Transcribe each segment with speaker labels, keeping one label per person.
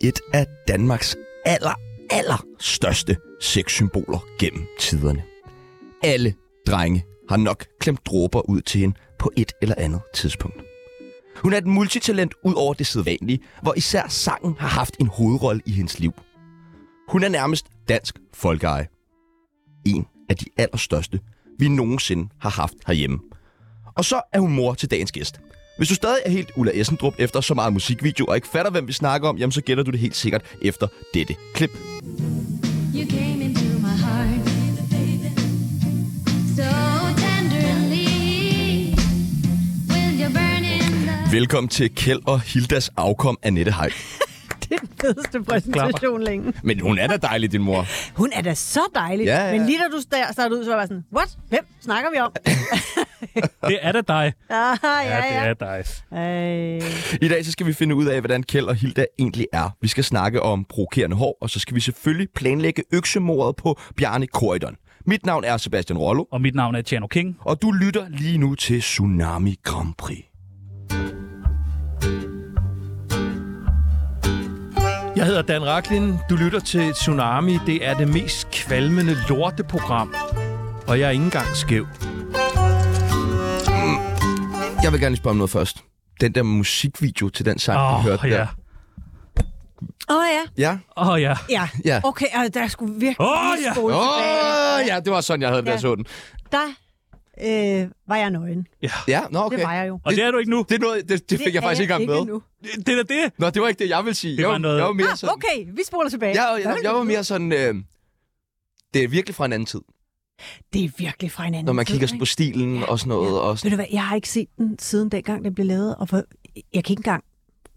Speaker 1: et af Danmarks aller, aller største sexsymboler gennem tiderne. Alle drenge har nok klemt dråber ud til hende på et eller andet tidspunkt. Hun er et multitalent ud over det sædvanlige, hvor især sangen har haft en hovedrolle i hendes liv. Hun er nærmest dansk folkeeje. En af de allerstørste, vi nogensinde har haft herhjemme. Og så er hun mor til dagens gæst. Hvis du stadig er helt Ulla Essendrup efter så meget musikvideo og ikke fatter, hvem vi snakker om, jamen så gætter du det helt sikkert efter dette klip.
Speaker 2: You came into my heart so tenderly with your burning love.
Speaker 1: Velkommen til Kjeld og Hildas afkom Annette Hej.
Speaker 3: Det er den fedeste præsentation længe.
Speaker 1: Men hun er da dejlig, din mor.
Speaker 3: Hun er da så dejlig.
Speaker 1: Ja, ja.
Speaker 3: Men lige da du sta- startede ud, så var jeg bare sådan, what? Hvem snakker vi om?
Speaker 4: Det er da dig.
Speaker 3: ah, ja,
Speaker 4: det
Speaker 3: ja. Øh.
Speaker 4: er dig.
Speaker 3: Ej.
Speaker 1: I dag så skal vi finde ud af, hvordan Kjeld og Hilda egentlig er. Vi skal snakke om provokerende hår, og så skal vi selvfølgelig planlægge øksemordet på Bjarne Korydon. Mit navn er Sebastian Rollo,
Speaker 4: Og mit navn er Tjano King.
Speaker 1: og du lytter lige nu til Tsunami Grand Prix.
Speaker 5: Jeg hedder Dan Raklin. Du lytter til Tsunami. Det er det mest kvalmende lorteprogram. Og jeg er ikke engang
Speaker 1: Mm.
Speaker 5: skæv.
Speaker 1: Jeg vil gerne lige spørge om noget først. Den der musikvideo til den sang, oh,
Speaker 4: Åh,
Speaker 1: du hørte
Speaker 4: ja.
Speaker 1: der.
Speaker 3: Åh oh, ja.
Speaker 1: Ja,
Speaker 4: Åh, oh, ja.
Speaker 3: Ja.
Speaker 1: Ja.
Speaker 3: Okay, og der skulle virkelig
Speaker 4: Åh,
Speaker 3: lige
Speaker 4: ja.
Speaker 3: spole tilbage.
Speaker 1: Åh, oh, ja, det var sådan, jeg havde det, da jeg
Speaker 3: Ja.
Speaker 1: så den.
Speaker 3: Der øh, var jeg nøgen.
Speaker 1: Ja, nå, okay.
Speaker 3: Det var jeg jo.
Speaker 4: Og det er du ikke nu.
Speaker 1: Det, er noget, det, det fik det jeg
Speaker 3: er
Speaker 1: faktisk ikke engang med.
Speaker 3: nu.
Speaker 4: Det, det er da det.
Speaker 1: Nå, det var ikke det, jeg ville sige.
Speaker 4: Det
Speaker 1: jeg,
Speaker 4: var
Speaker 1: var-
Speaker 4: noget-
Speaker 1: jeg var mere sådan...
Speaker 3: Ah, okay, vi spoler tilbage.
Speaker 1: Jeg, jeg,
Speaker 3: Hvad
Speaker 1: jeg,
Speaker 3: vil
Speaker 1: jeg
Speaker 3: du
Speaker 1: var
Speaker 3: nu?
Speaker 1: mere sådan... Øh, det er virkelig fra en anden tid,
Speaker 3: Det er virkelig fra en anden
Speaker 1: når man
Speaker 3: tid,
Speaker 1: kigger
Speaker 3: ikke?
Speaker 1: på stilen og sådan noget. Og
Speaker 3: Ved du hvad, jeg har ikke set den siden dengang, den blev lavet, og hvor, jeg kan ikke engang...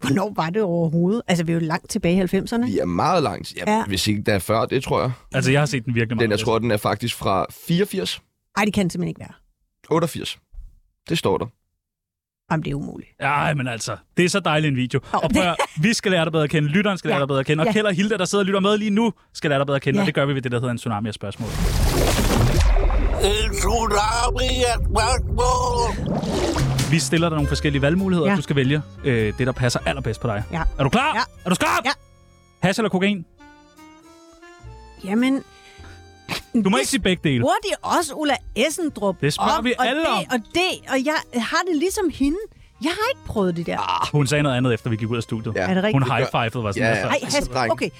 Speaker 3: Hvornår var det overhovedet? Altså, vi er jo langt tilbage i 90'erne.
Speaker 1: Vi er meget langt. Ja, ja.
Speaker 3: Ja.
Speaker 1: Hvis ikke der er før, det tror jeg.
Speaker 4: Altså, jeg har set den virkelig meget.
Speaker 1: Den, jeg tror, den er faktisk fra 84,
Speaker 3: Ej, det kan det simpelthen ikke være. 88.
Speaker 1: 88. Det står der.
Speaker 3: Jamen, det er umuligt.
Speaker 4: Ej, men altså, det er så dejlig en video.
Speaker 3: Åh,
Speaker 4: Og prøv, at- vi skal lære dig bedre at kende, lytteren skal lære
Speaker 3: Ja.
Speaker 4: dig bedre at kende, og
Speaker 3: Ja.
Speaker 4: Kjeld og Hilda, der sidder og lytter med lige nu, skal lære dig bedre at kende,
Speaker 3: Ja.
Speaker 4: og det gør vi ved det, der hedder en tsunami af spørgsmål.
Speaker 6: En tsunami af spørgsmål.
Speaker 4: Vi stiller dig nogle forskellige valgmuligheder,
Speaker 3: Ja.
Speaker 4: og du skal vælge øh, det, der passer allerbedst på dig.
Speaker 3: Ja.
Speaker 4: Er du klar?
Speaker 3: Ja.
Speaker 4: Er du skarp?
Speaker 3: Ja.
Speaker 4: Hash eller kokain?
Speaker 3: Jamen...
Speaker 4: Du må ikke sige begge dele.
Speaker 3: Bruger de også Ulla Essendrup
Speaker 4: Det spørger
Speaker 3: om,
Speaker 4: vi
Speaker 3: og
Speaker 4: alle
Speaker 3: det,
Speaker 4: om.
Speaker 3: Og det, og jeg har det ligesom hende. Jeg har ikke prøvet det der. Ah,
Speaker 4: Hun sagde noget andet, efter vi gik ud af studiet.
Speaker 1: Ja.
Speaker 3: er det
Speaker 4: Hun
Speaker 3: rigtigt?
Speaker 4: high-fivede, var sådan
Speaker 1: Ja,
Speaker 4: ja,
Speaker 1: ja.
Speaker 4: altså.
Speaker 3: Ej,
Speaker 1: Altså,
Speaker 3: hash.
Speaker 1: dreng.
Speaker 3: Okay.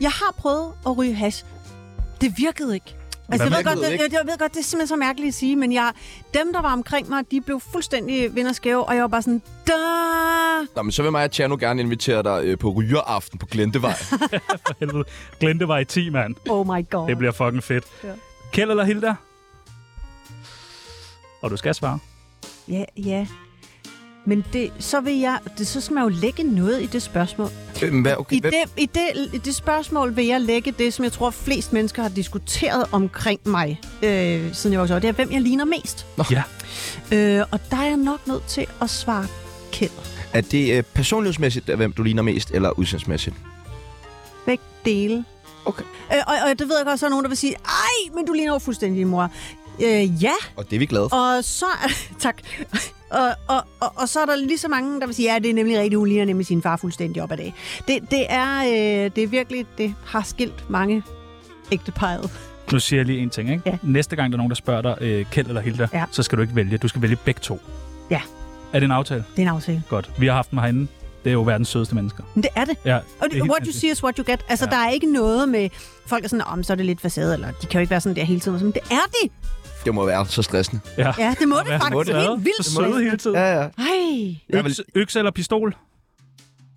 Speaker 3: Jeg har prøvet at ryge hash. Det virkede ikke. Altså, jeg, ved
Speaker 1: virkede
Speaker 3: godt, det,
Speaker 1: ikke?
Speaker 3: jeg, jeg ved godt, det er simpelthen så mærkeligt at sige, men jeg, dem, der var omkring mig, de blev fuldstændig vinderskæve, og jeg var bare sådan, da
Speaker 1: Nå, men så vil mig og Tjerno gerne invitere dig øh, på rygeraften på Glentevej.
Speaker 4: For helvede. Glente var i 10, mand.
Speaker 3: Oh my god.
Speaker 4: Det bliver fucking fedt.
Speaker 3: Ja.
Speaker 4: Kjeld eller Hilda? Og du skal svare.
Speaker 3: Ja, ja. Men det, så vil jeg, det, så skal man jo lægge noget i det spørgsmål.
Speaker 1: Øhm, Hvad, okay,
Speaker 3: I
Speaker 1: hvem?
Speaker 3: det, i, det, I det spørgsmål vil jeg lægge det, som jeg tror, flest mennesker har diskuteret omkring mig, øh, siden jeg var så. Det er, hvem jeg ligner mest.
Speaker 1: Nå.
Speaker 4: Ja.
Speaker 3: Øh, og der er jeg nok nødt til at svare Kjeld.
Speaker 1: Er det øh, personlighedsmæssigt, hvem du ligner mest, eller udsendelsesmæssigt?
Speaker 3: Begge dele.
Speaker 1: Okay.
Speaker 3: Øh, og, og det ved jeg godt, så er nogen, der vil sige, ej, men du ligner jo fuldstændig din mor. Øh, ja,
Speaker 1: Og det er vi glade for.
Speaker 3: og så... tak. Og, og, og, og så er der lige så mange, der vil sige, ja, det er nemlig rigtigt, hun ligner nemlig sin far fuldstændig op ad dag. Det, det, er, øh, det er virkelig, det har skilt mange ægtepeget.
Speaker 4: Nu siger jeg lige en ting, ikke?
Speaker 3: Ja.
Speaker 4: Næste gang, der er nogen, der spørger dig, øh, Kjeld eller Hilda,
Speaker 3: Ja.
Speaker 4: så skal du ikke vælge. Du skal vælge begge to.
Speaker 3: Ja.
Speaker 4: Er det en aftale?
Speaker 3: Det er en aftale.
Speaker 4: Godt. Vi har haft dem herinde. Det er jo verdens sødeste mennesker.
Speaker 3: Men det er det.
Speaker 4: Ja,
Speaker 3: Og
Speaker 4: det er
Speaker 3: det,
Speaker 4: helt
Speaker 3: what you
Speaker 4: sindssygt.
Speaker 3: see is what you get. Altså,
Speaker 4: Ja.
Speaker 3: ja. der er ikke noget med... Folk er sådan, om så er det lidt facade, eller de kan jo ikke være sådan der hele tiden. Men det er de!
Speaker 1: Det må være så stressende.
Speaker 4: Ja.
Speaker 3: Ja, det må det
Speaker 4: Hvad
Speaker 3: faktisk. Det er helt vildt.
Speaker 4: Så søde hele tiden.
Speaker 1: Ja, ja.
Speaker 3: Ej,
Speaker 1: Jeg vil,
Speaker 4: Øks, økse eller pistol?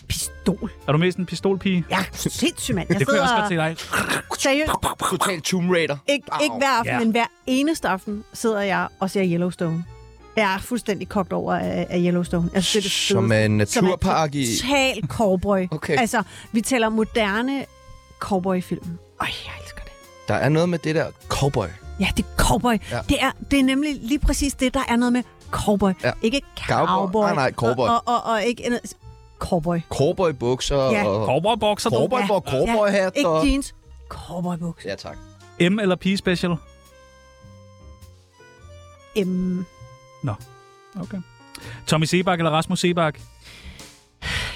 Speaker 3: pistol.
Speaker 4: Er du mest en pistolpige?
Speaker 3: Ja, sindssygt, mand. Jeg
Speaker 4: Det kunne jeg også
Speaker 3: sidder
Speaker 4: godt se dig.
Speaker 3: seriøst,
Speaker 1: total Tomb Raider.
Speaker 3: ikke, ikke hver aften,
Speaker 4: Ja.
Speaker 3: men hver eneste aften sidder jeg og ser Yellowstone. Jeg er fuldstændig kogt over af, af Yellowstone. Altså, det er det
Speaker 1: Som
Speaker 3: fedeste.
Speaker 1: er en
Speaker 3: Som er
Speaker 1: naturpark i...
Speaker 3: Total cowboy.
Speaker 1: Okay.
Speaker 3: Altså, vi taler moderne cowboy-film. Øj, jeg elsker det.
Speaker 1: Der er noget med det der cowboy.
Speaker 3: Ja, det er cowboy.
Speaker 1: Ja.
Speaker 3: Ja. Det, er, det er nemlig lige præcis det, der er noget med cowboy.
Speaker 1: Ja.
Speaker 3: Ja. Ikke
Speaker 1: Cowboy.
Speaker 3: cowboy.
Speaker 1: Nej, nej, cowboy.
Speaker 3: Og, og, og, og ikke... en- Cowboy.
Speaker 1: Cowboy bukser
Speaker 3: Ja.
Speaker 1: og...
Speaker 4: Cowboybokser, du.
Speaker 1: Cowboy, hvor cowboy hat
Speaker 3: Ikke
Speaker 1: og...
Speaker 3: jeans. Cowboybukser.
Speaker 1: Ja, tak.
Speaker 4: M eller pige special?
Speaker 3: Øhm,
Speaker 4: Okay. Tommy Sebak eller Rasmus Sebak?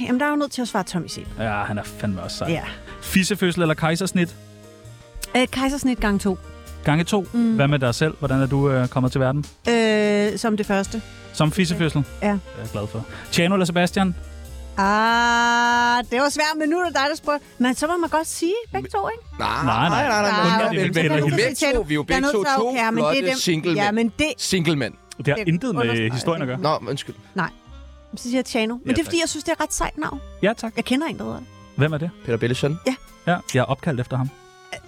Speaker 3: Jamen, der er jo nødt til at svare Tommy Sepp.
Speaker 4: Ja, han er fandme også sej.
Speaker 3: Ja.
Speaker 4: Fissefødsel eller kejsersnit?
Speaker 3: Øh, kejsersnit gang to.
Speaker 4: Gange to. Mm. Hvad med dig selv? Hvordan er du øh, kommet til verden?
Speaker 3: Øh, som det første.
Speaker 4: Som fissefødsel?
Speaker 3: Ja.
Speaker 4: Det er jeg glad for. Tjano eller Sebastian?
Speaker 3: Ah, det var svært, men nu er det dig, der spurgte. Men så må man godt sige begge to, ikke?
Speaker 1: Nej,
Speaker 4: nej.
Speaker 3: Nej,
Speaker 1: men-
Speaker 3: okay,
Speaker 1: men-
Speaker 4: det er
Speaker 1: men-
Speaker 4: vel-
Speaker 1: men-
Speaker 4: det er
Speaker 1: begge to, vi er jo begge to, to flotte single
Speaker 3: Ja,
Speaker 1: mænd.
Speaker 3: men det...
Speaker 1: Single mænd.
Speaker 4: Det har
Speaker 3: Det
Speaker 4: intet med
Speaker 3: understreger
Speaker 4: historien at gøre.
Speaker 1: Nå, undskyld.
Speaker 3: Så siger jeg Tjano. Men
Speaker 4: Ja,
Speaker 3: det er,
Speaker 4: tak.
Speaker 3: fordi jeg synes, det er et ret sejt navn.
Speaker 4: Ja, tak.
Speaker 3: Jeg kender en, der hedder det.
Speaker 4: Hvem er det?
Speaker 1: Peter Belles søn.
Speaker 4: Ja, jeg er opkaldt efter ham.
Speaker 3: Er
Speaker 4: det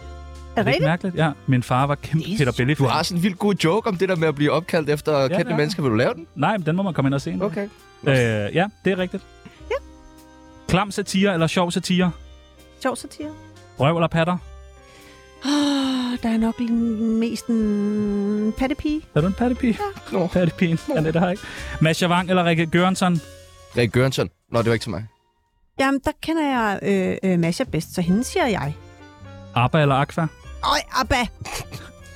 Speaker 3: det
Speaker 4: ikke
Speaker 3: rigtigt?
Speaker 4: mærkeligt? Ja, min far var kæmpe
Speaker 3: Jesus.
Speaker 4: Peter Belli.
Speaker 1: Du har sådan en vildt god joke om det der med at blive opkaldt efter
Speaker 4: det
Speaker 1: kendte
Speaker 4: er
Speaker 1: mennesker. Vil du lave den?
Speaker 4: Nej, men den må man komme ind og se. nu.
Speaker 1: Okay.
Speaker 4: Øh, ja, det er rigtigt.
Speaker 3: Ja.
Speaker 4: Klam satire eller sjov satire?
Speaker 3: Sjov satire.
Speaker 4: Røv eller patter?
Speaker 3: Åh, Ah, der er nok den mest en pattepige.
Speaker 4: Er du en pattepige?
Speaker 1: Nå.
Speaker 4: Pattepigen, Annette Haik. Mads Javang eller Rikke Gørensson?
Speaker 1: Rik Gørensson. Nå, det var ikke til mig.
Speaker 3: Jamen, der kender jeg øh, øh, Masha bedst, så hende siger jeg.
Speaker 4: Abba eller Aqua?
Speaker 3: Øj, Abba.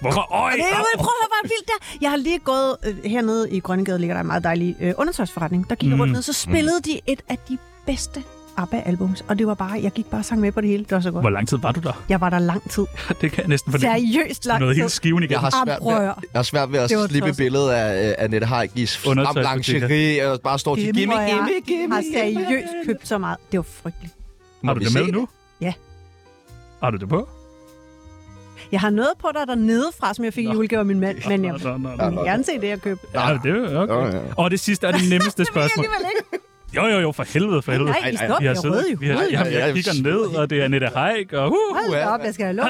Speaker 4: Hvorfor? Øj!
Speaker 3: Det er jo prøv at høre, hvor er det vildt der. Jeg har lige gået øh, hernede i Grønnegade, ligger der en meget dejlig øh, undertøjsforretning. Der gik jeg
Speaker 4: Mm.
Speaker 3: rundt ned, så spillede de et af de bedste ABBA-albums. Og det var bare, jeg gik bare og sang med på det hele. Det var så godt.
Speaker 4: Hvor lang tid var du der?
Speaker 3: Jeg var der lang tid.
Speaker 4: Det kan jeg næsten fornemme.
Speaker 3: Seriøst lang
Speaker 4: Noget
Speaker 3: tid.
Speaker 4: helt skiven igen.
Speaker 1: Jeg har svært ved,
Speaker 3: Oprør.
Speaker 1: jeg har svært ved at
Speaker 3: Det var
Speaker 1: slippe
Speaker 3: tosset.
Speaker 1: billedet af øh, Annette Heikis flam
Speaker 4: Undertøjsbutikker.
Speaker 1: lingerie, og bare står til
Speaker 3: Dem,
Speaker 1: gimme, gimme,
Speaker 3: hvor jeg
Speaker 1: gimme, gimme.
Speaker 3: har seriøst købt så meget. Det var frygteligt.
Speaker 4: Har
Speaker 1: Må
Speaker 4: du
Speaker 1: vi
Speaker 4: det
Speaker 1: se
Speaker 4: med nu?
Speaker 3: Ja.
Speaker 4: Har du det på?
Speaker 3: Jeg har noget på dig dernede fra, som jeg fik i julegave af min mand, men jeg
Speaker 4: Nå, nå, nå.
Speaker 3: vil gerne se det, jeg købte.
Speaker 4: Ja, det er jo okay.
Speaker 1: Ja, ja.
Speaker 4: Og det sidste er det nemmeste
Speaker 3: Det er
Speaker 4: spørgsmål.
Speaker 3: alligevel ikke.
Speaker 4: Jo, jo, jo, for helvede, for helvede.
Speaker 3: Nej, I stop.
Speaker 4: Vi har
Speaker 3: Jeg er rød i
Speaker 4: siddet, vi har,
Speaker 3: hovedet.
Speaker 4: jamen,
Speaker 1: Ja,
Speaker 4: jeg
Speaker 1: jeg-
Speaker 4: kigger ned, og det er Nette Haik, og uh,
Speaker 3: Hold da op, jeg skal have lov.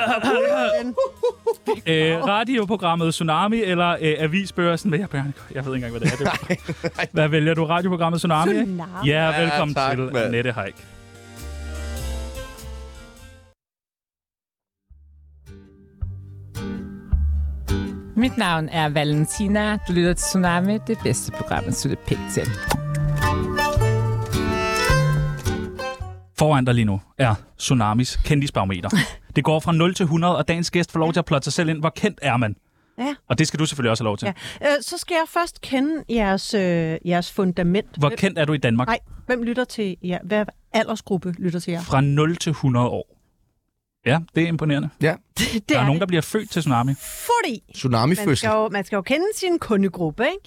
Speaker 3: Den-
Speaker 4: øh, radioprogrammet Tsunami eller øh, avisbørsen. Hvad jeg, jeg ved ikke engang, hvad det er. Det er- Hvad vælger du? Radioprogrammet Tsunami? ikke?
Speaker 3: Tsunami.
Speaker 4: Ja, velkommen
Speaker 1: tak,
Speaker 4: til
Speaker 1: mand.
Speaker 4: Nette Haik.
Speaker 7: Mit navn er Valentina. Du lytter til Tsunami, det bedste program, at slutte pænt til.
Speaker 4: Foran dig lige nu er Tsunamis kendisbarometer. Det går fra 0 til 100, og dagens gæst får lov til at plotte sig selv ind. Hvor kendt er man?
Speaker 3: Ja.
Speaker 4: Og det skal du selvfølgelig også have lov til.
Speaker 3: Ja. Øh, Så skal jeg først kende jeres, øh, jeres fundament.
Speaker 4: Hvor kendt er du i Danmark?
Speaker 3: Nej, hvem lytter til jer? Hvad aldersgruppe lytter til jer?
Speaker 4: Fra 0 til 100 år. Ja, det er imponerende.
Speaker 3: Det
Speaker 4: Der er nogen,
Speaker 3: det.
Speaker 4: der bliver født til Tsunami.
Speaker 3: Fordi man
Speaker 1: Tsunamifødsel.
Speaker 3: skal, jo, man skal jo kende sin kundegruppe, ikke?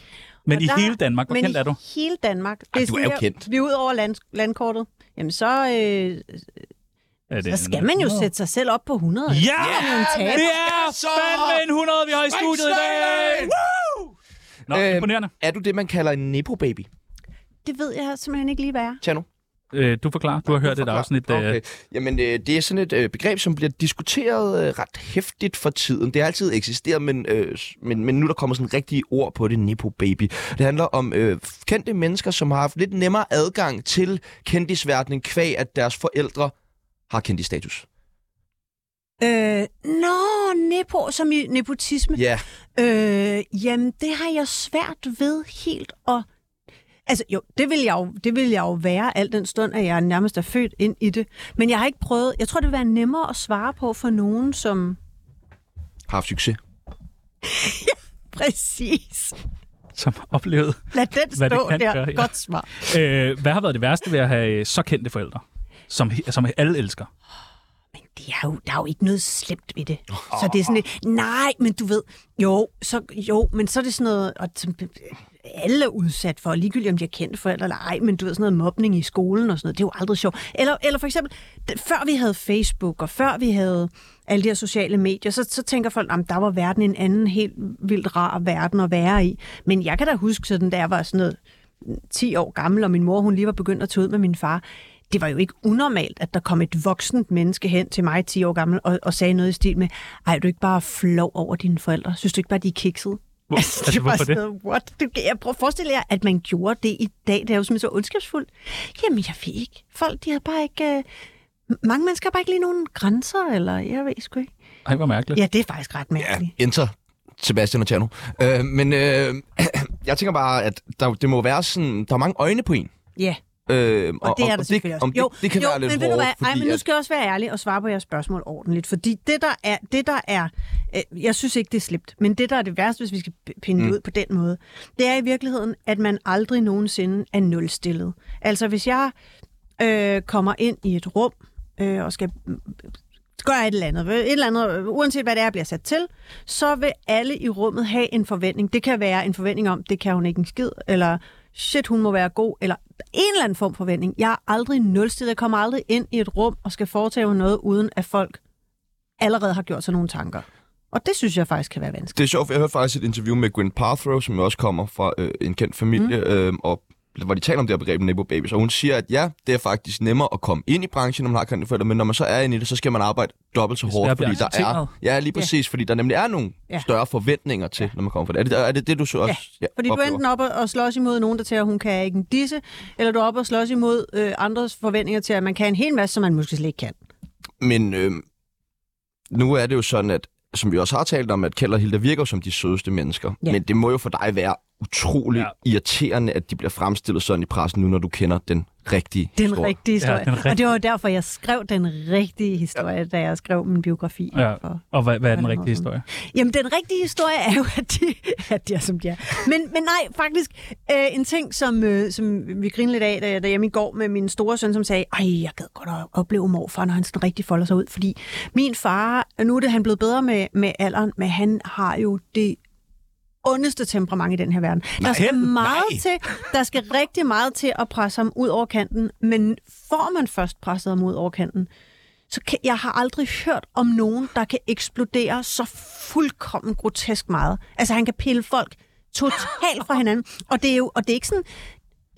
Speaker 4: Men
Speaker 3: Og
Speaker 4: i
Speaker 3: der-
Speaker 4: hele Danmark, hvor
Speaker 3: Men
Speaker 4: kendt
Speaker 3: i
Speaker 4: er du?
Speaker 3: hele Danmark. Det
Speaker 1: Ej, du er jo
Speaker 3: her,
Speaker 1: kendt.
Speaker 3: Vi er ud over land, landkortet. Jamen, så, øh,
Speaker 4: Er det
Speaker 3: så skal man jo sætte sig selv op på 100.
Speaker 4: Ja!
Speaker 3: ikke? Så er man jo en taber.
Speaker 4: Det er
Speaker 3: altså,
Speaker 4: fandme en 100, vi har i studiet i dag! Nå,
Speaker 1: Øhm,
Speaker 4: imponerende.
Speaker 1: Er du det, man kalder en nepo-baby?
Speaker 3: Det ved jeg simpelthen ikke lige, hvad er.
Speaker 1: Tjano?
Speaker 4: Øh, du forklarer. Du har hørt et afsnit.
Speaker 1: Nå,
Speaker 4: Okay.
Speaker 1: Okay. Jamen, øh, det er sådan et øh, begreb, som bliver diskuteret øh, ret hæftigt for tiden. Det har altid eksisteret, men, øh, s- men, men nu er der kommer sådan rigtige ord på det, Nepo Baby. Det handler om øh, kendte mennesker, som har haft lidt nemmere adgang til kendisverdenen, kvæg at deres forældre har kendisstatus.
Speaker 3: Øh, nå, nepo, som i nepotisme.
Speaker 1: Ja,
Speaker 3: Øh, jamen, det har jeg svært ved helt at... Altså jo, det vil, jeg jo, det vil jeg jo være al den stund, at jeg nærmest er født ind i det. Men jeg har ikke prøvet... Jeg tror, det vil være nemmere at svare på for nogen, som...
Speaker 1: har haft succes.
Speaker 3: Præcis.
Speaker 4: Som oplevede.
Speaker 3: Lad den
Speaker 4: Hvad det
Speaker 3: stå
Speaker 4: kan
Speaker 3: der.
Speaker 4: gøre, ja.
Speaker 3: Godt svar.
Speaker 4: Øh, hvad har været det værste ved at have øh, så kendte forældre? Som, som alle elsker.
Speaker 3: Men det er jo, der er jo ikke noget slemt ved det. Så det er sådan lidt, nej, men du ved, jo, så, jo men så er det sådan noget, og som alle er udsat for, ligegyldigt om de er kendte forældre eller ej, men du ved, sådan noget mobning i skolen og sådan noget, det er jo aldrig sjovt. Eller, eller for eksempel, d- før vi havde Facebook, og før vi havde alle de her sociale medier, så, så tænker folk, at der var verden en anden helt vildt rar verden at være i. Men jeg kan da huske, sådan, da jeg var sådan noget 10 år gammel, og min mor hun lige var begyndt at tage ud med min far, det var jo ikke unormalt, at der kom et voksent menneske hen til mig 10 år gammel og, og sagde noget i stil med, ej, er du ikke bare flov over dine forældre? Synes du ikke bare, de er kiksede? Hvor, altså,
Speaker 4: altså,
Speaker 3: det var
Speaker 4: hvorfor
Speaker 3: sådan
Speaker 4: det?
Speaker 3: noget, what? Det, jeg prøver at forestille jer, at man gjorde det i dag. Det er jo simpelthen så ondskabsfuldt. Jamen, jeg ved ikke. Folk, de havde bare ikke... Øh, mange mennesker har bare ikke lige nogen grænser, eller jeg ved sgu ikke.
Speaker 4: Ej, hvor mærkeligt.
Speaker 3: Ja, det er faktisk ret mærkeligt.
Speaker 1: Ja, enter Sebastian og Tjerno. Øh, men øh, jeg tænker bare, at der, det må være sådan, der er mange øjne på en.
Speaker 3: Ja. Yeah.
Speaker 1: Øh,
Speaker 3: Og, og det er der selvfølgelig også.
Speaker 1: Om det, det kan
Speaker 3: jo,
Speaker 1: være lidt
Speaker 3: men ved du
Speaker 1: hårdt,
Speaker 3: hvad? Ej,
Speaker 1: fordi
Speaker 3: men nu
Speaker 1: at-
Speaker 3: skal jeg også være ærlig og svare på jeres spørgsmål ordentligt, fordi det der er, det der er øh, jeg synes ikke, det er slipt, men det der er det værste, hvis vi skal p- pinde det
Speaker 1: Mm.
Speaker 3: ud på den måde, det er i virkeligheden, at man aldrig nogensinde er nulstillet. Altså hvis jeg øh, kommer ind i et rum øh, og skal gøre et eller andet. Et eller andet, øh, uanset hvad det er, jeg bliver sat til, så vil alle i rummet have en forventning. Det kan være en forventning om, det kan hun ikke en skid, eller shit, hun må være god, eller en eller anden form for forventning. Jeg er aldrig nulstillet. Jeg kommer aldrig ind i et rum og skal foretage noget, uden at folk allerede har gjort sig nogle tanker. Og det synes jeg faktisk kan være vanskeligt.
Speaker 1: Det er sjovt, for jeg hørte faktisk et interview med Gwyneth Paltrow, som jo også kommer fra øh, en kendt familie, mm. øh, og hvor de taler om det her begreb Nepo Babies, og hun siger, at ja, det er faktisk nemmere at komme ind i branchen, når man har kendte forældre, men når man så er inde i det, så skal man arbejde dobbelt så hårdt,
Speaker 4: jeg bliver
Speaker 1: fordi der er...
Speaker 4: accepteret.
Speaker 1: Ja, lige præcis, ja. fordi der nemlig er nogle
Speaker 3: Ja.
Speaker 1: ja. større forventninger til, ja. når man kommer fra det. Er det er det, det du så også ja.
Speaker 3: Fordi du er enten oppe og slås imod nogen, der til, at hun kan ikke en disse, eller du er oppe og slås imod øh, andres forventninger til, at man kan en hel masse, som man måske slet ikke kan.
Speaker 1: Men øh, nu er det jo sådan, at som vi også har talt om, at Kjeld og Hilda virker jo som de sødeste mennesker.
Speaker 3: Ja.
Speaker 1: Ja. Men det må jo for dig være utrolig
Speaker 4: Ja.
Speaker 1: ja. irriterende, at de bliver fremstillet sådan i pressen nu, når du kender den rigtige
Speaker 3: Den
Speaker 1: historie.
Speaker 3: rigtige historie. Ja,
Speaker 4: den
Speaker 3: den Og det var jo derfor, jeg skrev den rigtige historie, ja. da jeg skrev min biografi.
Speaker 4: Ja.
Speaker 3: For.
Speaker 4: Og hvad, hvad er den
Speaker 3: Hvad er det
Speaker 4: rigtige
Speaker 3: for
Speaker 4: historie?
Speaker 3: Jamen, den rigtige historie er jo, at de, at de er, som de er. Men, men nej, faktisk, øh, en ting, som, øh, som vi grinede lidt af, da jeg derhjemme i går med min store søn, som sagde, ej, jeg gad godt at opleve morfar, når han sådan rigtig folder sig ud, fordi min far, nu er det han blevet bedre med, med alderen, men han har jo det ondeste temperament i den her verden. Nej, der skal meget nej. til, der skal rigtig meget til at presse ham ud over kanten, men får man først presset ham ud over kanten, så kan, jeg har aldrig hørt om nogen, der kan eksplodere så fuldkommen grotesk meget. Altså, han kan pille folk totalt fra hinanden. Og det er jo og det er ikke sådan...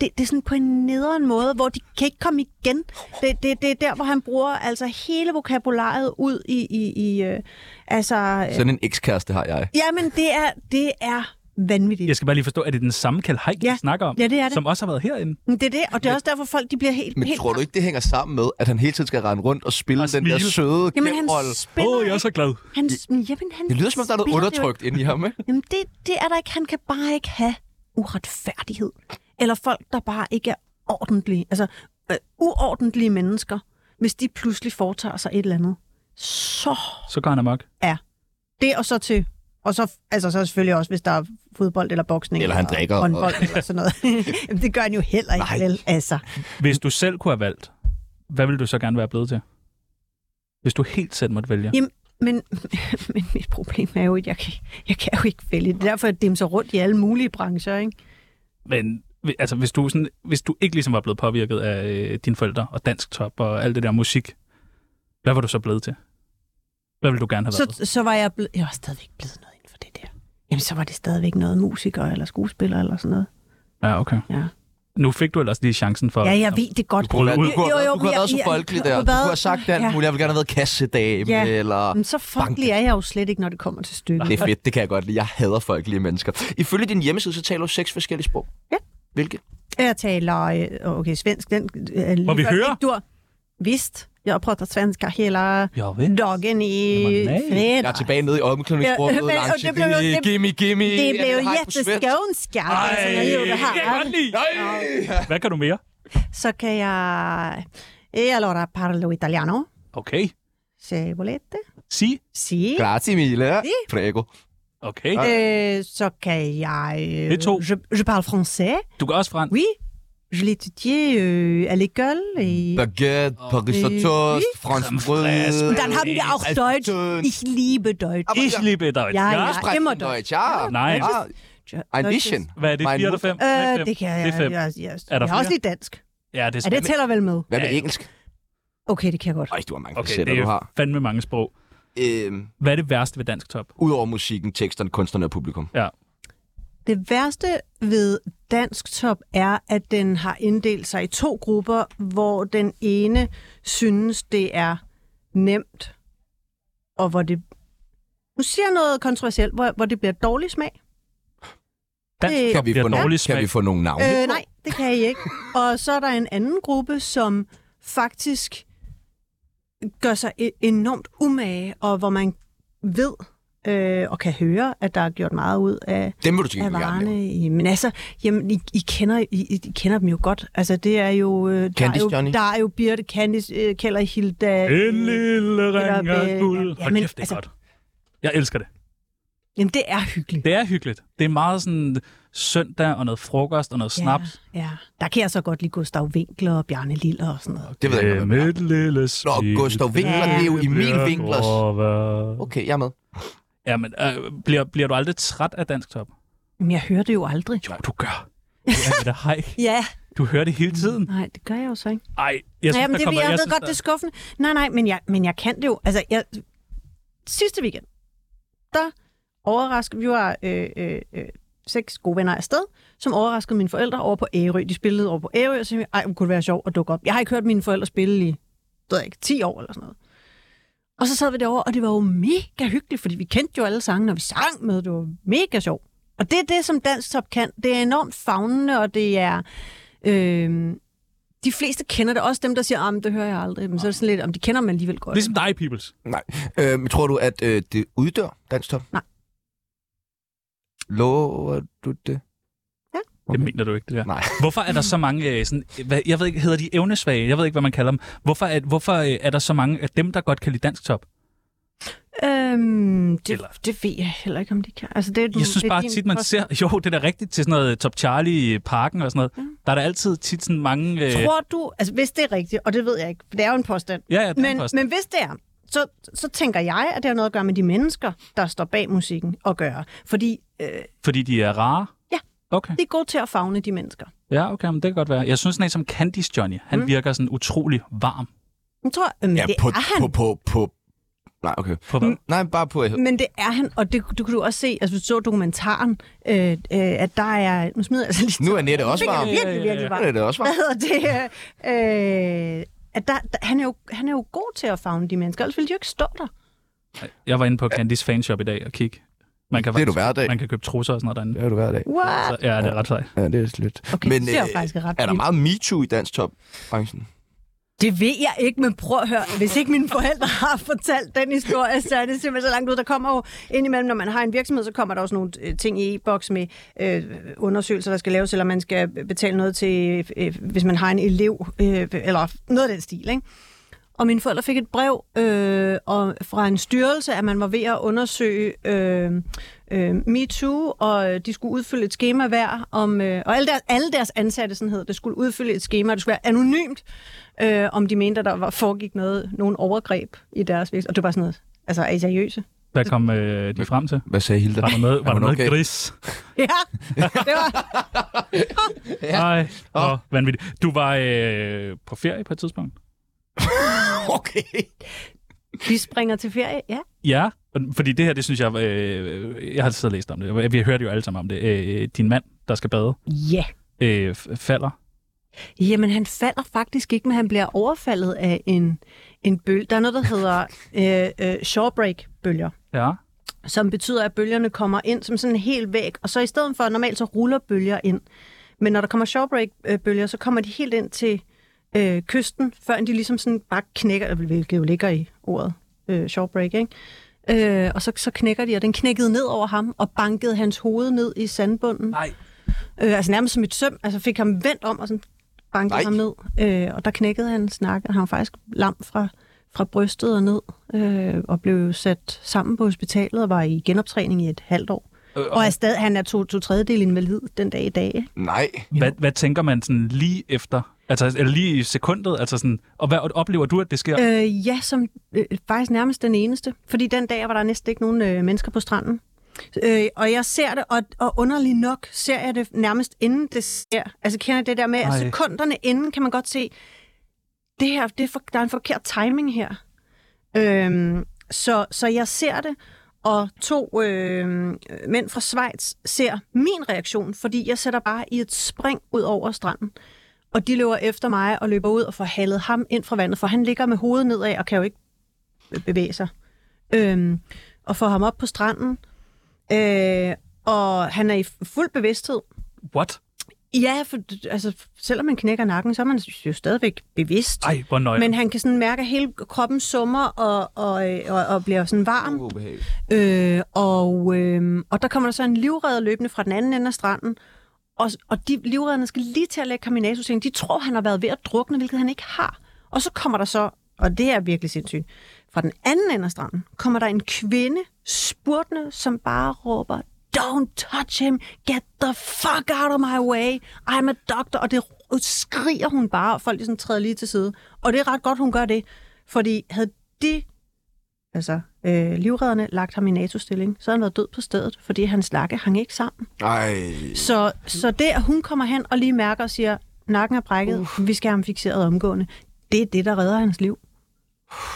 Speaker 3: Det, det er sådan på en nederen måde, hvor de kan ikke komme igen. Det, det, det er der, hvor han bruger altså hele vokabularet ud i... i, i øh, altså, øh,
Speaker 1: Sådan en ekskæreste har jeg.
Speaker 3: jamen, det er, det er vanvittigt.
Speaker 4: Jeg skal bare lige forstå, er det den samme Kjeld Haik,
Speaker 3: Ja.
Speaker 4: vi snakker om?
Speaker 3: Ja, det er det.
Speaker 4: Som også har været herinde.
Speaker 3: Men Det er det, og det er også derfor, folk de bliver helt...
Speaker 1: Men
Speaker 3: helt
Speaker 1: tror du ikke, det hænger sammen med, at han hele tiden skal rende rundt og spille
Speaker 4: Og
Speaker 1: og den der
Speaker 4: smile.
Speaker 1: søde
Speaker 3: Jamen, han
Speaker 1: kæmrolle?
Speaker 3: spiller... ikke.
Speaker 4: glad.
Speaker 3: han, jamen, han
Speaker 1: Det lyder, som om der er noget
Speaker 3: spiller det jo
Speaker 1: undertrykt inde i ham, ikke?
Speaker 3: Jamen, det, det er der ikke. Han kan bare ikke have uretfærdighed. Eller folk, der bare ikke er ordentlige. Altså, øh, uordentlige mennesker, hvis de pludselig foretager sig et eller andet. Så
Speaker 4: Så går han amok.
Speaker 3: det og så til... Og så, altså, så selvfølgelig også, hvis der er fodbold eller boksning.
Speaker 1: Eller han drikker, og-
Speaker 3: Håndbold eller sådan noget. Jamen, det gør han jo heller ikke,
Speaker 1: Nej.
Speaker 3: vel? Altså.
Speaker 4: Hvis du selv kunne have valgt, hvad ville du så gerne være blevet til? Hvis du helt selv måtte vælge.
Speaker 3: Ja. Men, men mit problem er jo, at jeg kan, jeg kan jo ikke vælge. Det er derfor, jeg dimser rundt i alle mulige brancher, ikke?
Speaker 4: Men hvi- altså, hvis, du sådan, hvis du ikke ligesom var blevet påvirket af øh, dine forældre og dansk top og alt det der musik, hvad var du så blevet til? Hvad ville du gerne have været?
Speaker 3: så, så var jeg, ble- jeg var stadigvæk blevet noget inden for det der. Jamen, så var det stadigvæk noget musiker eller skuespiller eller sådan noget.
Speaker 4: Ja, okay.
Speaker 3: Ja.
Speaker 4: Nu fik du ellers lige chancen for...
Speaker 3: Ja, jeg ved det godt.
Speaker 4: Du kunne have
Speaker 1: Du kunne,
Speaker 3: Jo, jo,
Speaker 1: du kunne
Speaker 3: men
Speaker 1: have været
Speaker 3: jeg-
Speaker 1: så
Speaker 3: jeg-
Speaker 1: folkelig der. Du
Speaker 3: hvad?
Speaker 1: kunne have sagt alt
Speaker 3: Ja.
Speaker 1: muligt. Jeg vil gerne have været kassedame,
Speaker 3: Ja.
Speaker 1: eller...
Speaker 3: Men så folkelig er jeg jo slet ikke, når det kommer til stykket.
Speaker 1: Det er fedt, det kan jeg godt lide. Jeg hader folkelige mennesker. Ifølge din hjemmeside, så taler du seks forskellige sprog.
Speaker 3: Ja.
Speaker 1: Hvilke?
Speaker 3: Jeg taler, øh, okay, svensk, den øh, er lige
Speaker 4: Må vi
Speaker 3: før,
Speaker 4: høre?
Speaker 3: ikke dur. Vist, jeg prater svenska hele
Speaker 4: Ja, vel.
Speaker 3: dagen i
Speaker 4: Jamen, nej.
Speaker 1: Jeg er
Speaker 3: fredag.
Speaker 1: tilbage nede i omklædningsrummet.
Speaker 3: Ja, men- og det blev jo- det-
Speaker 1: gimme, gimme.
Speaker 3: Det
Speaker 1: Jeg
Speaker 3: blev
Speaker 1: vil hej på svensk.
Speaker 3: jätteskånska, som jeg gjorde
Speaker 4: det kan Altså, jeg
Speaker 3: her.
Speaker 4: godt lide.
Speaker 1: Nej!
Speaker 4: Hvad kan du mere?
Speaker 3: Så kan jeg... Jeg lærer parlo italiano.
Speaker 4: Okay.
Speaker 3: Se volete.
Speaker 4: Sig.
Speaker 3: Si.
Speaker 1: Grazie, Mille.
Speaker 3: Det.
Speaker 1: Prego.
Speaker 4: Okay.
Speaker 3: Øh, så kan jeg... Øh,
Speaker 4: Det er to.
Speaker 3: Je, je parle français,
Speaker 4: Du kan også fransk.
Speaker 3: oui. Je l'ai étudié øh, à l'école. Et...
Speaker 1: Baguette, Paris
Speaker 3: Øh,
Speaker 1: toast,
Speaker 3: vi-
Speaker 1: fransk
Speaker 4: Creme
Speaker 1: brød.
Speaker 4: fraise.
Speaker 3: Und dann haben wir auch
Speaker 1: Als
Speaker 3: Deutsch.
Speaker 1: Deutsch.
Speaker 3: Ich liebe Deutsch.
Speaker 1: Aber-
Speaker 4: Ich liebe Deutsch.
Speaker 3: Ja,
Speaker 4: ja.
Speaker 3: ja.
Speaker 1: Sprechen
Speaker 3: immer
Speaker 1: Deutsch, ja.
Speaker 4: Nein.
Speaker 1: Ja, ein
Speaker 3: Deutsch
Speaker 1: bisschen.
Speaker 4: Hvad er det?
Speaker 1: Mein
Speaker 4: 4 eller
Speaker 1: Mutter-
Speaker 4: 5?
Speaker 3: Ist, øh, det kan jeg.
Speaker 4: Det er fem.
Speaker 3: jeg, jeg, jeg,
Speaker 4: Er
Speaker 3: er
Speaker 4: der
Speaker 3: der jeg er også
Speaker 4: flere?
Speaker 3: lidt dansk.
Speaker 4: Ja, det er
Speaker 3: Ja, det
Speaker 4: spansk.
Speaker 3: tæller vel med.
Speaker 1: Hvad med
Speaker 4: Ja, ja.
Speaker 1: engelsk?
Speaker 3: Okay, det kan jeg godt.
Speaker 1: Øj, du har mange
Speaker 4: Okay,
Speaker 1: facetter,
Speaker 4: det
Speaker 1: du
Speaker 4: er
Speaker 1: har.
Speaker 4: fandme mange sprog.
Speaker 1: Øhm,
Speaker 4: Hvad er det værste ved dansk top?
Speaker 1: Udover musikken, teksterne, kunstnerne og publikum.
Speaker 3: Det værste ved Dansk Top er, at den har inddelt sig i to grupper, hvor den ene synes, det er nemt, og hvor det... Nu siger jeg noget kontroversielt, hvor, hvor det bliver dårlig smag.
Speaker 4: Dansk
Speaker 3: Det-
Speaker 4: top
Speaker 1: Kan vi,
Speaker 4: bliver
Speaker 1: få nogle,
Speaker 4: dårlig
Speaker 1: kan vi
Speaker 4: smag.
Speaker 1: få nogle navne?
Speaker 3: Øh, nej, det kan I ikke. Og så er der en anden gruppe, som faktisk gør sig e- enormt umage, og hvor man ved øh, og kan høre, at der er gjort meget ud af
Speaker 1: Dem vil du til
Speaker 3: af
Speaker 1: gengæld gerne nævne.
Speaker 3: varerne. I, men altså, jamen, I, I, kender, I- I, I kender dem jo godt. Altså, det er jo... øh, Der er
Speaker 1: Candice
Speaker 3: jo,
Speaker 1: Johnny.
Speaker 3: der er jo Birte, Candice, øh, Keller, Hilda...
Speaker 4: En lille ring
Speaker 3: Eller,
Speaker 4: af
Speaker 3: øh,
Speaker 4: guld.
Speaker 3: ja,
Speaker 4: Hold
Speaker 3: men
Speaker 4: kæft, det er
Speaker 3: altså-
Speaker 4: godt. Jeg elsker det.
Speaker 3: Jamen, det er hyggeligt.
Speaker 4: Det er hyggeligt. Det er meget sådan søndag og noget frokost og noget snaps.
Speaker 3: Ja, ja. Der kan jeg så godt lide Gustav Winkler og Bjarne Liller og sådan noget.
Speaker 1: Det ved jeg ikke, hvad det er.
Speaker 4: Øh, lille
Speaker 1: Nå, Gustav Winkler, det er jo Emil Winklers.
Speaker 4: Winklers.
Speaker 1: Okay, jeg er med.
Speaker 4: øh, Ja, men øh, bliver, bliver du aldrig træt af dansk top?
Speaker 3: Men jeg hører det jo aldrig.
Speaker 4: Jo, du gør. Ja, da, hej.
Speaker 3: Ja.
Speaker 4: Du hører det hele tiden.
Speaker 3: Nej, det gør jeg jo så ikke.
Speaker 4: Ej, jeg synes,
Speaker 3: ja, men
Speaker 4: der
Speaker 3: det,
Speaker 4: kommer,
Speaker 3: jeg, jeg ved
Speaker 4: synes,
Speaker 3: godt,
Speaker 4: der-
Speaker 3: det er skuffende. Nej, nej, men jeg, men jeg kan det jo. Altså, jeg, sidste weekend, der overraskede, vi var øh, øh, øh, seks gode venner afsted, som overraskede mine forældre over på Ærø. De spillede over på Ærø, og så tænkte jeg, ej, hvor kunne det være sjovt at dukke op. Jeg har ikke hørt mine forældre spille i, det ved jeg ikke, 10 år eller sådan noget. Og så sad vi derovre, og det var jo mega hyggeligt, fordi vi kendte jo alle sangene, og vi sang med, det var mega sjovt. Og det er det, som Dansk Top kan. Det er enormt fagnende, og det er... Øh, de fleste kender det, også dem, der siger, om det hører jeg aldrig. Men så er det sådan lidt, om de kender dem alligevel godt.
Speaker 4: Ligesom dig, Peoples.
Speaker 1: Nej. Øhm, tror du, at øh, det uddør dansk top?
Speaker 3: Nej.
Speaker 1: Lover du det?
Speaker 4: Det mener du ikke, det der.
Speaker 1: Nej.
Speaker 4: Hvorfor er der så mange, øh, sådan, øh, hvad, jeg ved ikke, hedder de evnesvage? Jeg ved ikke, hvad man kalder dem. Hvorfor er, hvorfor øh, er der så mange af dem, der godt kan lide dansk top?
Speaker 3: Øhm, det,
Speaker 4: Eller-
Speaker 3: det ved jeg heller ikke, om de kan. Altså, det er,
Speaker 4: Jeg synes
Speaker 3: det er
Speaker 4: bare
Speaker 3: din
Speaker 4: tit, man
Speaker 3: post.
Speaker 4: ser, jo, det er da rigtigt til sådan noget øh, Top Charlie i parken og sådan noget. Der er der altid tit sådan mange... Øh,
Speaker 3: Mm. Tror du, altså hvis det er rigtigt, og det ved jeg ikke, for det er jo en påstand.
Speaker 4: ja, ja,
Speaker 3: Men,
Speaker 4: men, post.
Speaker 3: men hvis det er, så, så tænker jeg, at det har noget at gøre med de mennesker, der står bag musikken og gøre. Fordi øh,
Speaker 4: Fordi de er rare?
Speaker 3: Ja.
Speaker 4: Okay.
Speaker 3: de er gode til at fagne de mennesker.
Speaker 4: Ja, okay, men det kan godt være. Jeg synes sådan en som Candice Johnny, han mm. virker sådan utrolig varm.
Speaker 3: Jeg tror, øhm, ja, det
Speaker 1: på,
Speaker 3: er han. Mm.
Speaker 1: på, på, på, Nej, okay.
Speaker 4: På hvad?
Speaker 1: Nej, bare på...
Speaker 3: Men det er han, og det, det kunne du også se, altså hvis du så dokumentaren, øh, øh, at der er... Nu smider jeg altså lige...
Speaker 1: Nu er Nette også
Speaker 3: Det er
Speaker 1: varm.
Speaker 4: Ja, ja,
Speaker 3: virkelig,
Speaker 4: ja.
Speaker 3: virkelig
Speaker 1: Nu
Speaker 3: varmt.
Speaker 1: er Nette også varm.
Speaker 3: hvad hedder det? Øh, at der, der, han, er jo, han er jo god til at fagne de mennesker, ellers ville de jo ikke stå der. Mm.
Speaker 4: Jeg var inde på Candice fanshop i dag og kigge. Man kan
Speaker 1: Det er du
Speaker 4: faktisk-
Speaker 1: hver dag.
Speaker 4: Man kan købe trusser og sådan noget derinde.
Speaker 1: Det er du hver dag.
Speaker 3: What?
Speaker 4: Så, ja, det er ret sejt.
Speaker 1: Ja, det er lidt.
Speaker 3: Okay, Men, det er faktisk ret
Speaker 1: øh, er der
Speaker 3: vildt.
Speaker 1: meget MeToo i dansk top-branchen?
Speaker 3: Det ved jeg ikke, men prøv at høre. Hvis ikke mine forældre har fortalt den historie, så er det simpelthen så langt ud. Der kommer jo indimellem, når man har en virksomhed, så kommer der også nogle øh, ting i e-boks med øh, undersøgelser, der skal laves, eller man skal betale noget til, øh, hvis man har en elev, øh, eller noget af den stil, ikke? Og mine forældre fik et brev øh, og fra en styrelse, at man var ved at undersøge øh, øh, MeToo, og øh, de skulle udfylde et schema hver, om, øh, og alle deres, alle deres ansatte, sådan hed det, skulle udfylde et schema, og det skulle være anonymt, øh, om de mente, at der var, foregik noget, nogen overgreb i deres virksomhed. Og det var bare sådan noget, altså er I seriøse?
Speaker 4: Hvad kom øh, de frem til?
Speaker 1: Hvad sagde Hilda?
Speaker 4: Var der noget, var
Speaker 1: hun
Speaker 4: der noget
Speaker 1: okay?
Speaker 4: gris?
Speaker 3: Ja, det var,
Speaker 4: Nej, ja. vanvittigt. Du var øh, på ferie på et tidspunkt?
Speaker 1: Okay.
Speaker 3: vi springer til ferie, ja.
Speaker 4: Ja, og- fordi det her, det synes jeg... Øh, jeg har siddet og læst om det. Vi har hørt jo alle sammen om det. Øh, din mand, der skal bade,
Speaker 3: Ja.
Speaker 4: øh, f- falder.
Speaker 3: Jamen, han falder faktisk ikke, men han bliver overfaldet af en, en bølge. Der er noget, der hedder øh, øh, shawbreak-bølger.
Speaker 4: Ja.
Speaker 3: som betyder, at bølgerne kommer ind som sådan en hel væg, og så i stedet for, normalt så ruller bølger ind. Men når der kommer shawbreak-bølger, så kommer de helt ind til øh, kysten, før de ligesom sådan bare knækker, hvilket jo ligger i ordet øh, shawbreak, ikke? Øh, og så, så knækker de, og den knækkede ned over ham og bankede hans hoved ned i sandbunden.
Speaker 4: Nej.
Speaker 3: Øh, altså nærmest som et søm, altså fik ham vendt om og sådan bankede
Speaker 1: Nej.
Speaker 3: Nej. ham ned. Øh, og der knækkede han snakke, og han var faktisk lam fra, fra brystet og ned, øh, og blev sat sammen på hospitalet og var i genoptræning i et halvt år. Øh, og er stadig, han er to, to tredjedel invalid den dag i dag. ikke?
Speaker 1: Nej.
Speaker 4: Hvad, hvad tænker man sådan lige efter? Altså eller lige i sekundet? Altså sådan, og hvad oplever du, at det sker?
Speaker 3: Øh, ja, som øh, faktisk nærmest den eneste. Fordi den dag var der næsten ikke nogen øh, mennesker på stranden. Øh, og jeg ser det, og, og underligt nok ser jeg det nærmest inden det sker. Altså kender jeg det der med, at
Speaker 4: Ej.
Speaker 3: sekunderne inden kan man godt se, det her, det er for, der er en forkert timing her. Øhm, så, så jeg ser det, og to øh, mænd fra Schweiz ser min reaktion, fordi jeg sætter bare i et spring ud over stranden. Og de løber efter mig og løber ud og får halet ham ind fra vandet, for han ligger med hovedet nedad og kan jo ikke bevæge sig. Øhm, og får ham op på stranden, øh, og han er i fuld bevidsthed.
Speaker 4: What?
Speaker 3: Ja, for altså, selvom man knækker nakken, så er man jo stadigvæk bevidst.
Speaker 4: Ej, hvor nøje.
Speaker 3: Men han kan sådan mærke, at hele kroppen summer og, og, øh, og, og bliver sådan varm. Øh, og, øh, og der kommer der så en livredder løbende fra den anden ende af stranden. Og, og de livredderne skal lige til at lægge ham i nasosengen. De tror, han har været ved at drukne, hvilket han ikke har. Og så kommer der så, og det er virkelig sindssygt, Fra den anden ende af stranden kommer der en kvinde spurtende, som bare råber, Don't touch him! Get the fuck out of my way! I'm a doctor! Og det r- skriger hun bare, og folk ligesom træder lige til side. Og det er ret godt, hun gør det, fordi havde de altså øh, livredderne, lagt ham i NATO-stilling, så havde han været død på stedet, fordi hans nakke hang ikke sammen.
Speaker 1: Ej.
Speaker 3: Så, så det, at hun kommer hen og lige mærker og siger, nakken er brækket, vi skal have ham fixeret omgående, det er det, der redder hans liv.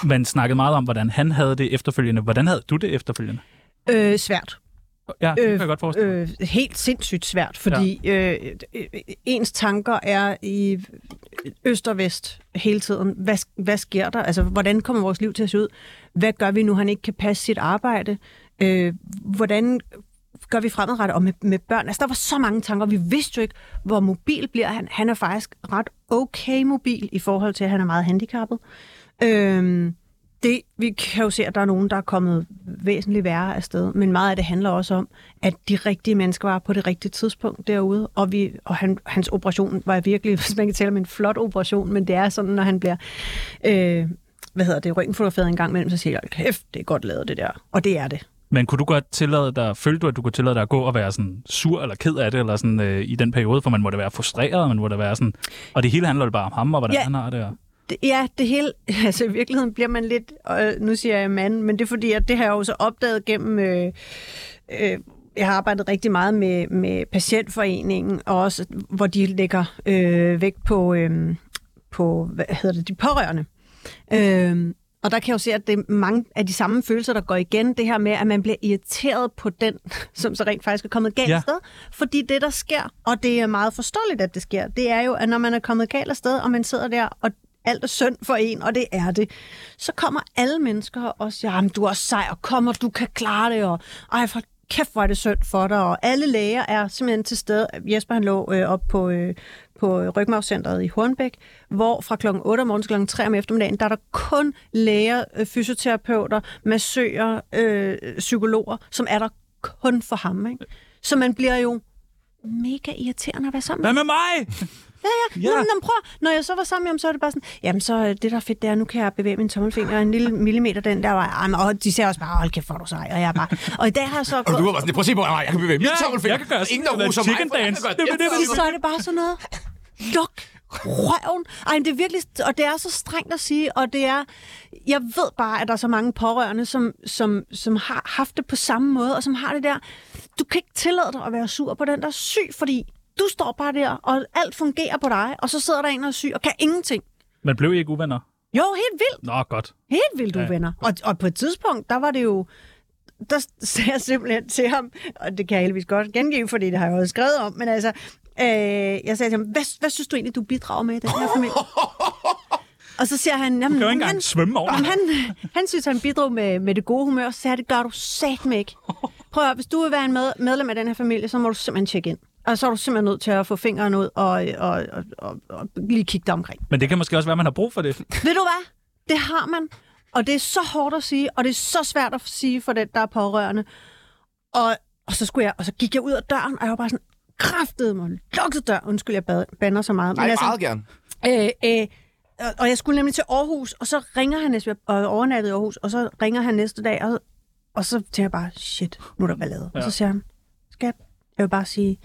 Speaker 4: Man snakkede meget om, hvordan han havde det efterfølgende. Hvordan havde du det efterfølgende?
Speaker 3: Øh, svært.
Speaker 4: Ja, det kan jeg godt forestille mig.
Speaker 3: øh, helt sindssygt svært, fordi ja. øh, øh, ens tanker er i øst og vest hele tiden. Hvad, hvad sker der? Altså, hvordan kommer vores liv til at se ud? Hvad gør vi nu, han ikke kan passe sit arbejde? Øh, hvordan gør vi fremadrettet og med, med børn? Altså, der var så mange tanker. Vi vidste jo ikke, hvor mobil bliver han. Han er faktisk ret okay mobil i forhold til, at han er meget handicappet. Øhm, det, vi kan jo se, at der er nogen, der er kommet væsentligt værre afsted, men meget af det handler også om, at de rigtige mennesker var på det rigtige tidspunkt derude, og, vi, og han, hans operation var virkelig, hvis man kan tale om en flot operation, men det er sådan, når han bliver, øh, hvad hedder det, røntgenfotograferet en gang imellem, så siger jeg, kæft, det er godt lavet det der, og det er det.
Speaker 4: Men kunne du godt tillade dig, følte du, at du kunne tillade dig at gå og være sådan sur eller ked af det, eller sådan øh, i den periode, for man må da være frustreret, og man må da være sådan, og det hele handler jo bare om ham, og hvordan
Speaker 3: Ja.
Speaker 4: ja. han har det. Og...
Speaker 3: det, ja, det hele, altså i virkeligheden bliver man lidt, øh, nu siger jeg mand, men det er fordi, at det har jeg jo så opdaget gennem, øh, øh, jeg har arbejdet rigtig meget med, med patientforeningen, og også hvor de lægger øh, vægt på, øh, på, hvad hedder det, de pårørende. Øh, og der kan jeg jo se, at det er mange af de samme følelser, der går igen. Det her med, at man bliver irriteret på den, som så rent faktisk er kommet galt ja.
Speaker 4: Ja.
Speaker 3: sted. Fordi det, der sker, og det er meget forståeligt, at det sker, det er jo, at når man er kommet galt sted, og man sidder der, og alt er synd for en, og det er det, så kommer alle mennesker og siger, jamen du er også sej, og kom, og du kan klare det, og ej, for kæft, hvor er det synd for dig, og alle læger er simpelthen til stede. Jesper, han lå øh, op på, øh, på Rygmavscenteret i Hornbæk, hvor fra klokken 8 om morgenen til klokken 3 om eftermiddagen, der er der kun læger, øh, fysioterapeuter, massører, øh, psykologer, som er der kun for ham. Ikke? Så man bliver jo mega irriterende at være sammen med.
Speaker 4: Hvad med mig?
Speaker 3: Ja. Nå, men, jamen, prøv, at- når jeg så var sammen med ham, så var det bare sådan, jamen så øh, det der er fedt, det er, nu kan jeg bevæge min tommelfinger en lille millimeter den der vej. Jamen, Og de ser også bare, hold kæft, hvor er du sej. Og jeg er bare, og i dag har jeg så...
Speaker 1: Og du var bare sådan, prøv at se på mig, jeg kan bevæge min
Speaker 4: Ja,
Speaker 1: tommelfinger.
Speaker 4: jeg kan gøre sådan
Speaker 1: Ingen der
Speaker 4: noget,
Speaker 1: roser mig,
Speaker 4: chicken
Speaker 1: for jeg kan
Speaker 4: dance.
Speaker 1: gøre
Speaker 4: Det er det, det er
Speaker 3: så er det bare sådan noget. Luk røven. Ej, men det er virkelig, og det er så strengt at sige, og det er, jeg ved bare, at der er så mange pårørende, som, som, som har haft det på samme måde, og som har det der, du kan ikke tillade dig at være sur på den, der er syg, fordi du står bare der, og alt fungerer på dig, og så sidder der en og er syg, og kan ingenting.
Speaker 4: Men blev I ikke uvenner?
Speaker 3: Jo, helt vildt.
Speaker 4: Nå, godt.
Speaker 3: Helt vildt
Speaker 4: Ja.
Speaker 3: uvenner. Og, og på et tidspunkt, der var det jo... Der sagde jeg simpelthen til ham, og det kan jeg heldigvis godt gengive, fordi det har jeg også skrevet om, men altså, øh, jeg sagde til ham, hvad, hvad synes du egentlig, du bidrager med i den her familie? og så siger han, jamen,
Speaker 4: Du kan jo ikke
Speaker 3: han,
Speaker 4: engang svømme over.
Speaker 3: jamen, han, han synes, han bidrog med, med det gode humør, så sagde jeg, det gør du satme ikke. Prøv at høre, hvis du vil være en med, medlem af den her familie, så må du simpelthen tjekke ind. Og så er du simpelthen nødt til at få fingeren ud og, og, og, og, og lige kigge dig omkring.
Speaker 4: Men det kan måske også være, at man har brug for det.
Speaker 3: Ved du hvad? Det har man. Og det er så hårdt at sige, og det er så svært at sige for den, der er pårørende. Og, og så skulle jeg, og så gik jeg ud af døren, og jeg var bare sådan, kraftede mig, lukkede døren. Undskyld, jeg bad, bander så meget.
Speaker 1: Nej, meget gerne.
Speaker 3: Øh, øh, og- og jeg skulle nemlig til Aarhus, og så ringer han næste, og overnattede i Aarhus, og så ringer han næste dag, og, og så tænker jeg bare, shit, nu er der ballade. Ja. Og så siger han, skat, jeg vil bare sige,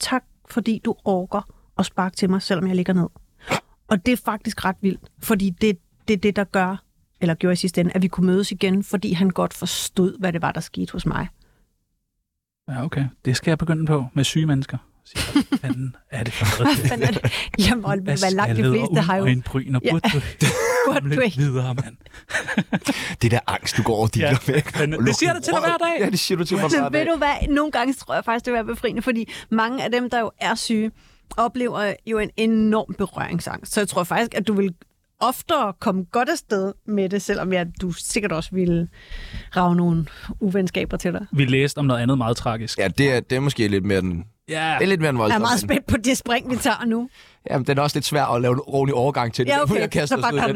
Speaker 3: tak fordi du orker at sparke til mig, selvom jeg ligger ned. Og det er faktisk ret vildt, fordi det, det er det, der gør, eller gjorde i sidste ende, at vi kunne mødes igen, fordi han godt forstod, hvad det var, der skete hos mig.
Speaker 4: Ja, okay. Det skal jeg begynde på med syge mennesker. Sige, Hvad fanden er det for noget?
Speaker 3: Hvad fanden er det? Jamen, Olby, hvad langt de
Speaker 4: Asfaltet
Speaker 3: fleste
Speaker 4: og
Speaker 3: har jo...
Speaker 4: Og en bryn, og
Speaker 3: Ja.
Speaker 4: burde du
Speaker 3: Burde
Speaker 4: komme
Speaker 3: du
Speaker 4: lidt
Speaker 3: ikke?
Speaker 4: videre, mand.
Speaker 1: Det der angst, du går over og dealer
Speaker 4: Ja,
Speaker 1: med.
Speaker 4: men
Speaker 1: Og
Speaker 4: det siger
Speaker 1: luk
Speaker 4: det til dig hver
Speaker 1: røven.
Speaker 4: dag.
Speaker 1: Ja, det siger du til mig hver
Speaker 3: Men ved
Speaker 1: dag.
Speaker 3: du hvad, nogle gange tror jeg faktisk, det vil være befriende, fordi mange af dem, der jo er syge, oplever jo en enorm berøringsangst. Så jeg tror faktisk, at du vil oftere komme godt afsted med det, selvom ja, du sikkert også ville rave nogle uvenskaber til dig.
Speaker 4: Vi læste om noget andet meget tragisk.
Speaker 1: Ja, det er, det er måske lidt mere den...
Speaker 4: Ja,
Speaker 1: Det er lidt mere den
Speaker 3: Jeg er
Speaker 1: voldsomme.
Speaker 3: meget spændt på det spring, vi tager nu.
Speaker 1: Jamen, den er også lidt svær at lave en rolig overgang til.
Speaker 3: Ja,
Speaker 1: Nu
Speaker 3: okay.
Speaker 1: vil Jeg kaster
Speaker 3: Så
Speaker 1: os
Speaker 3: bare
Speaker 1: ud i
Speaker 3: kom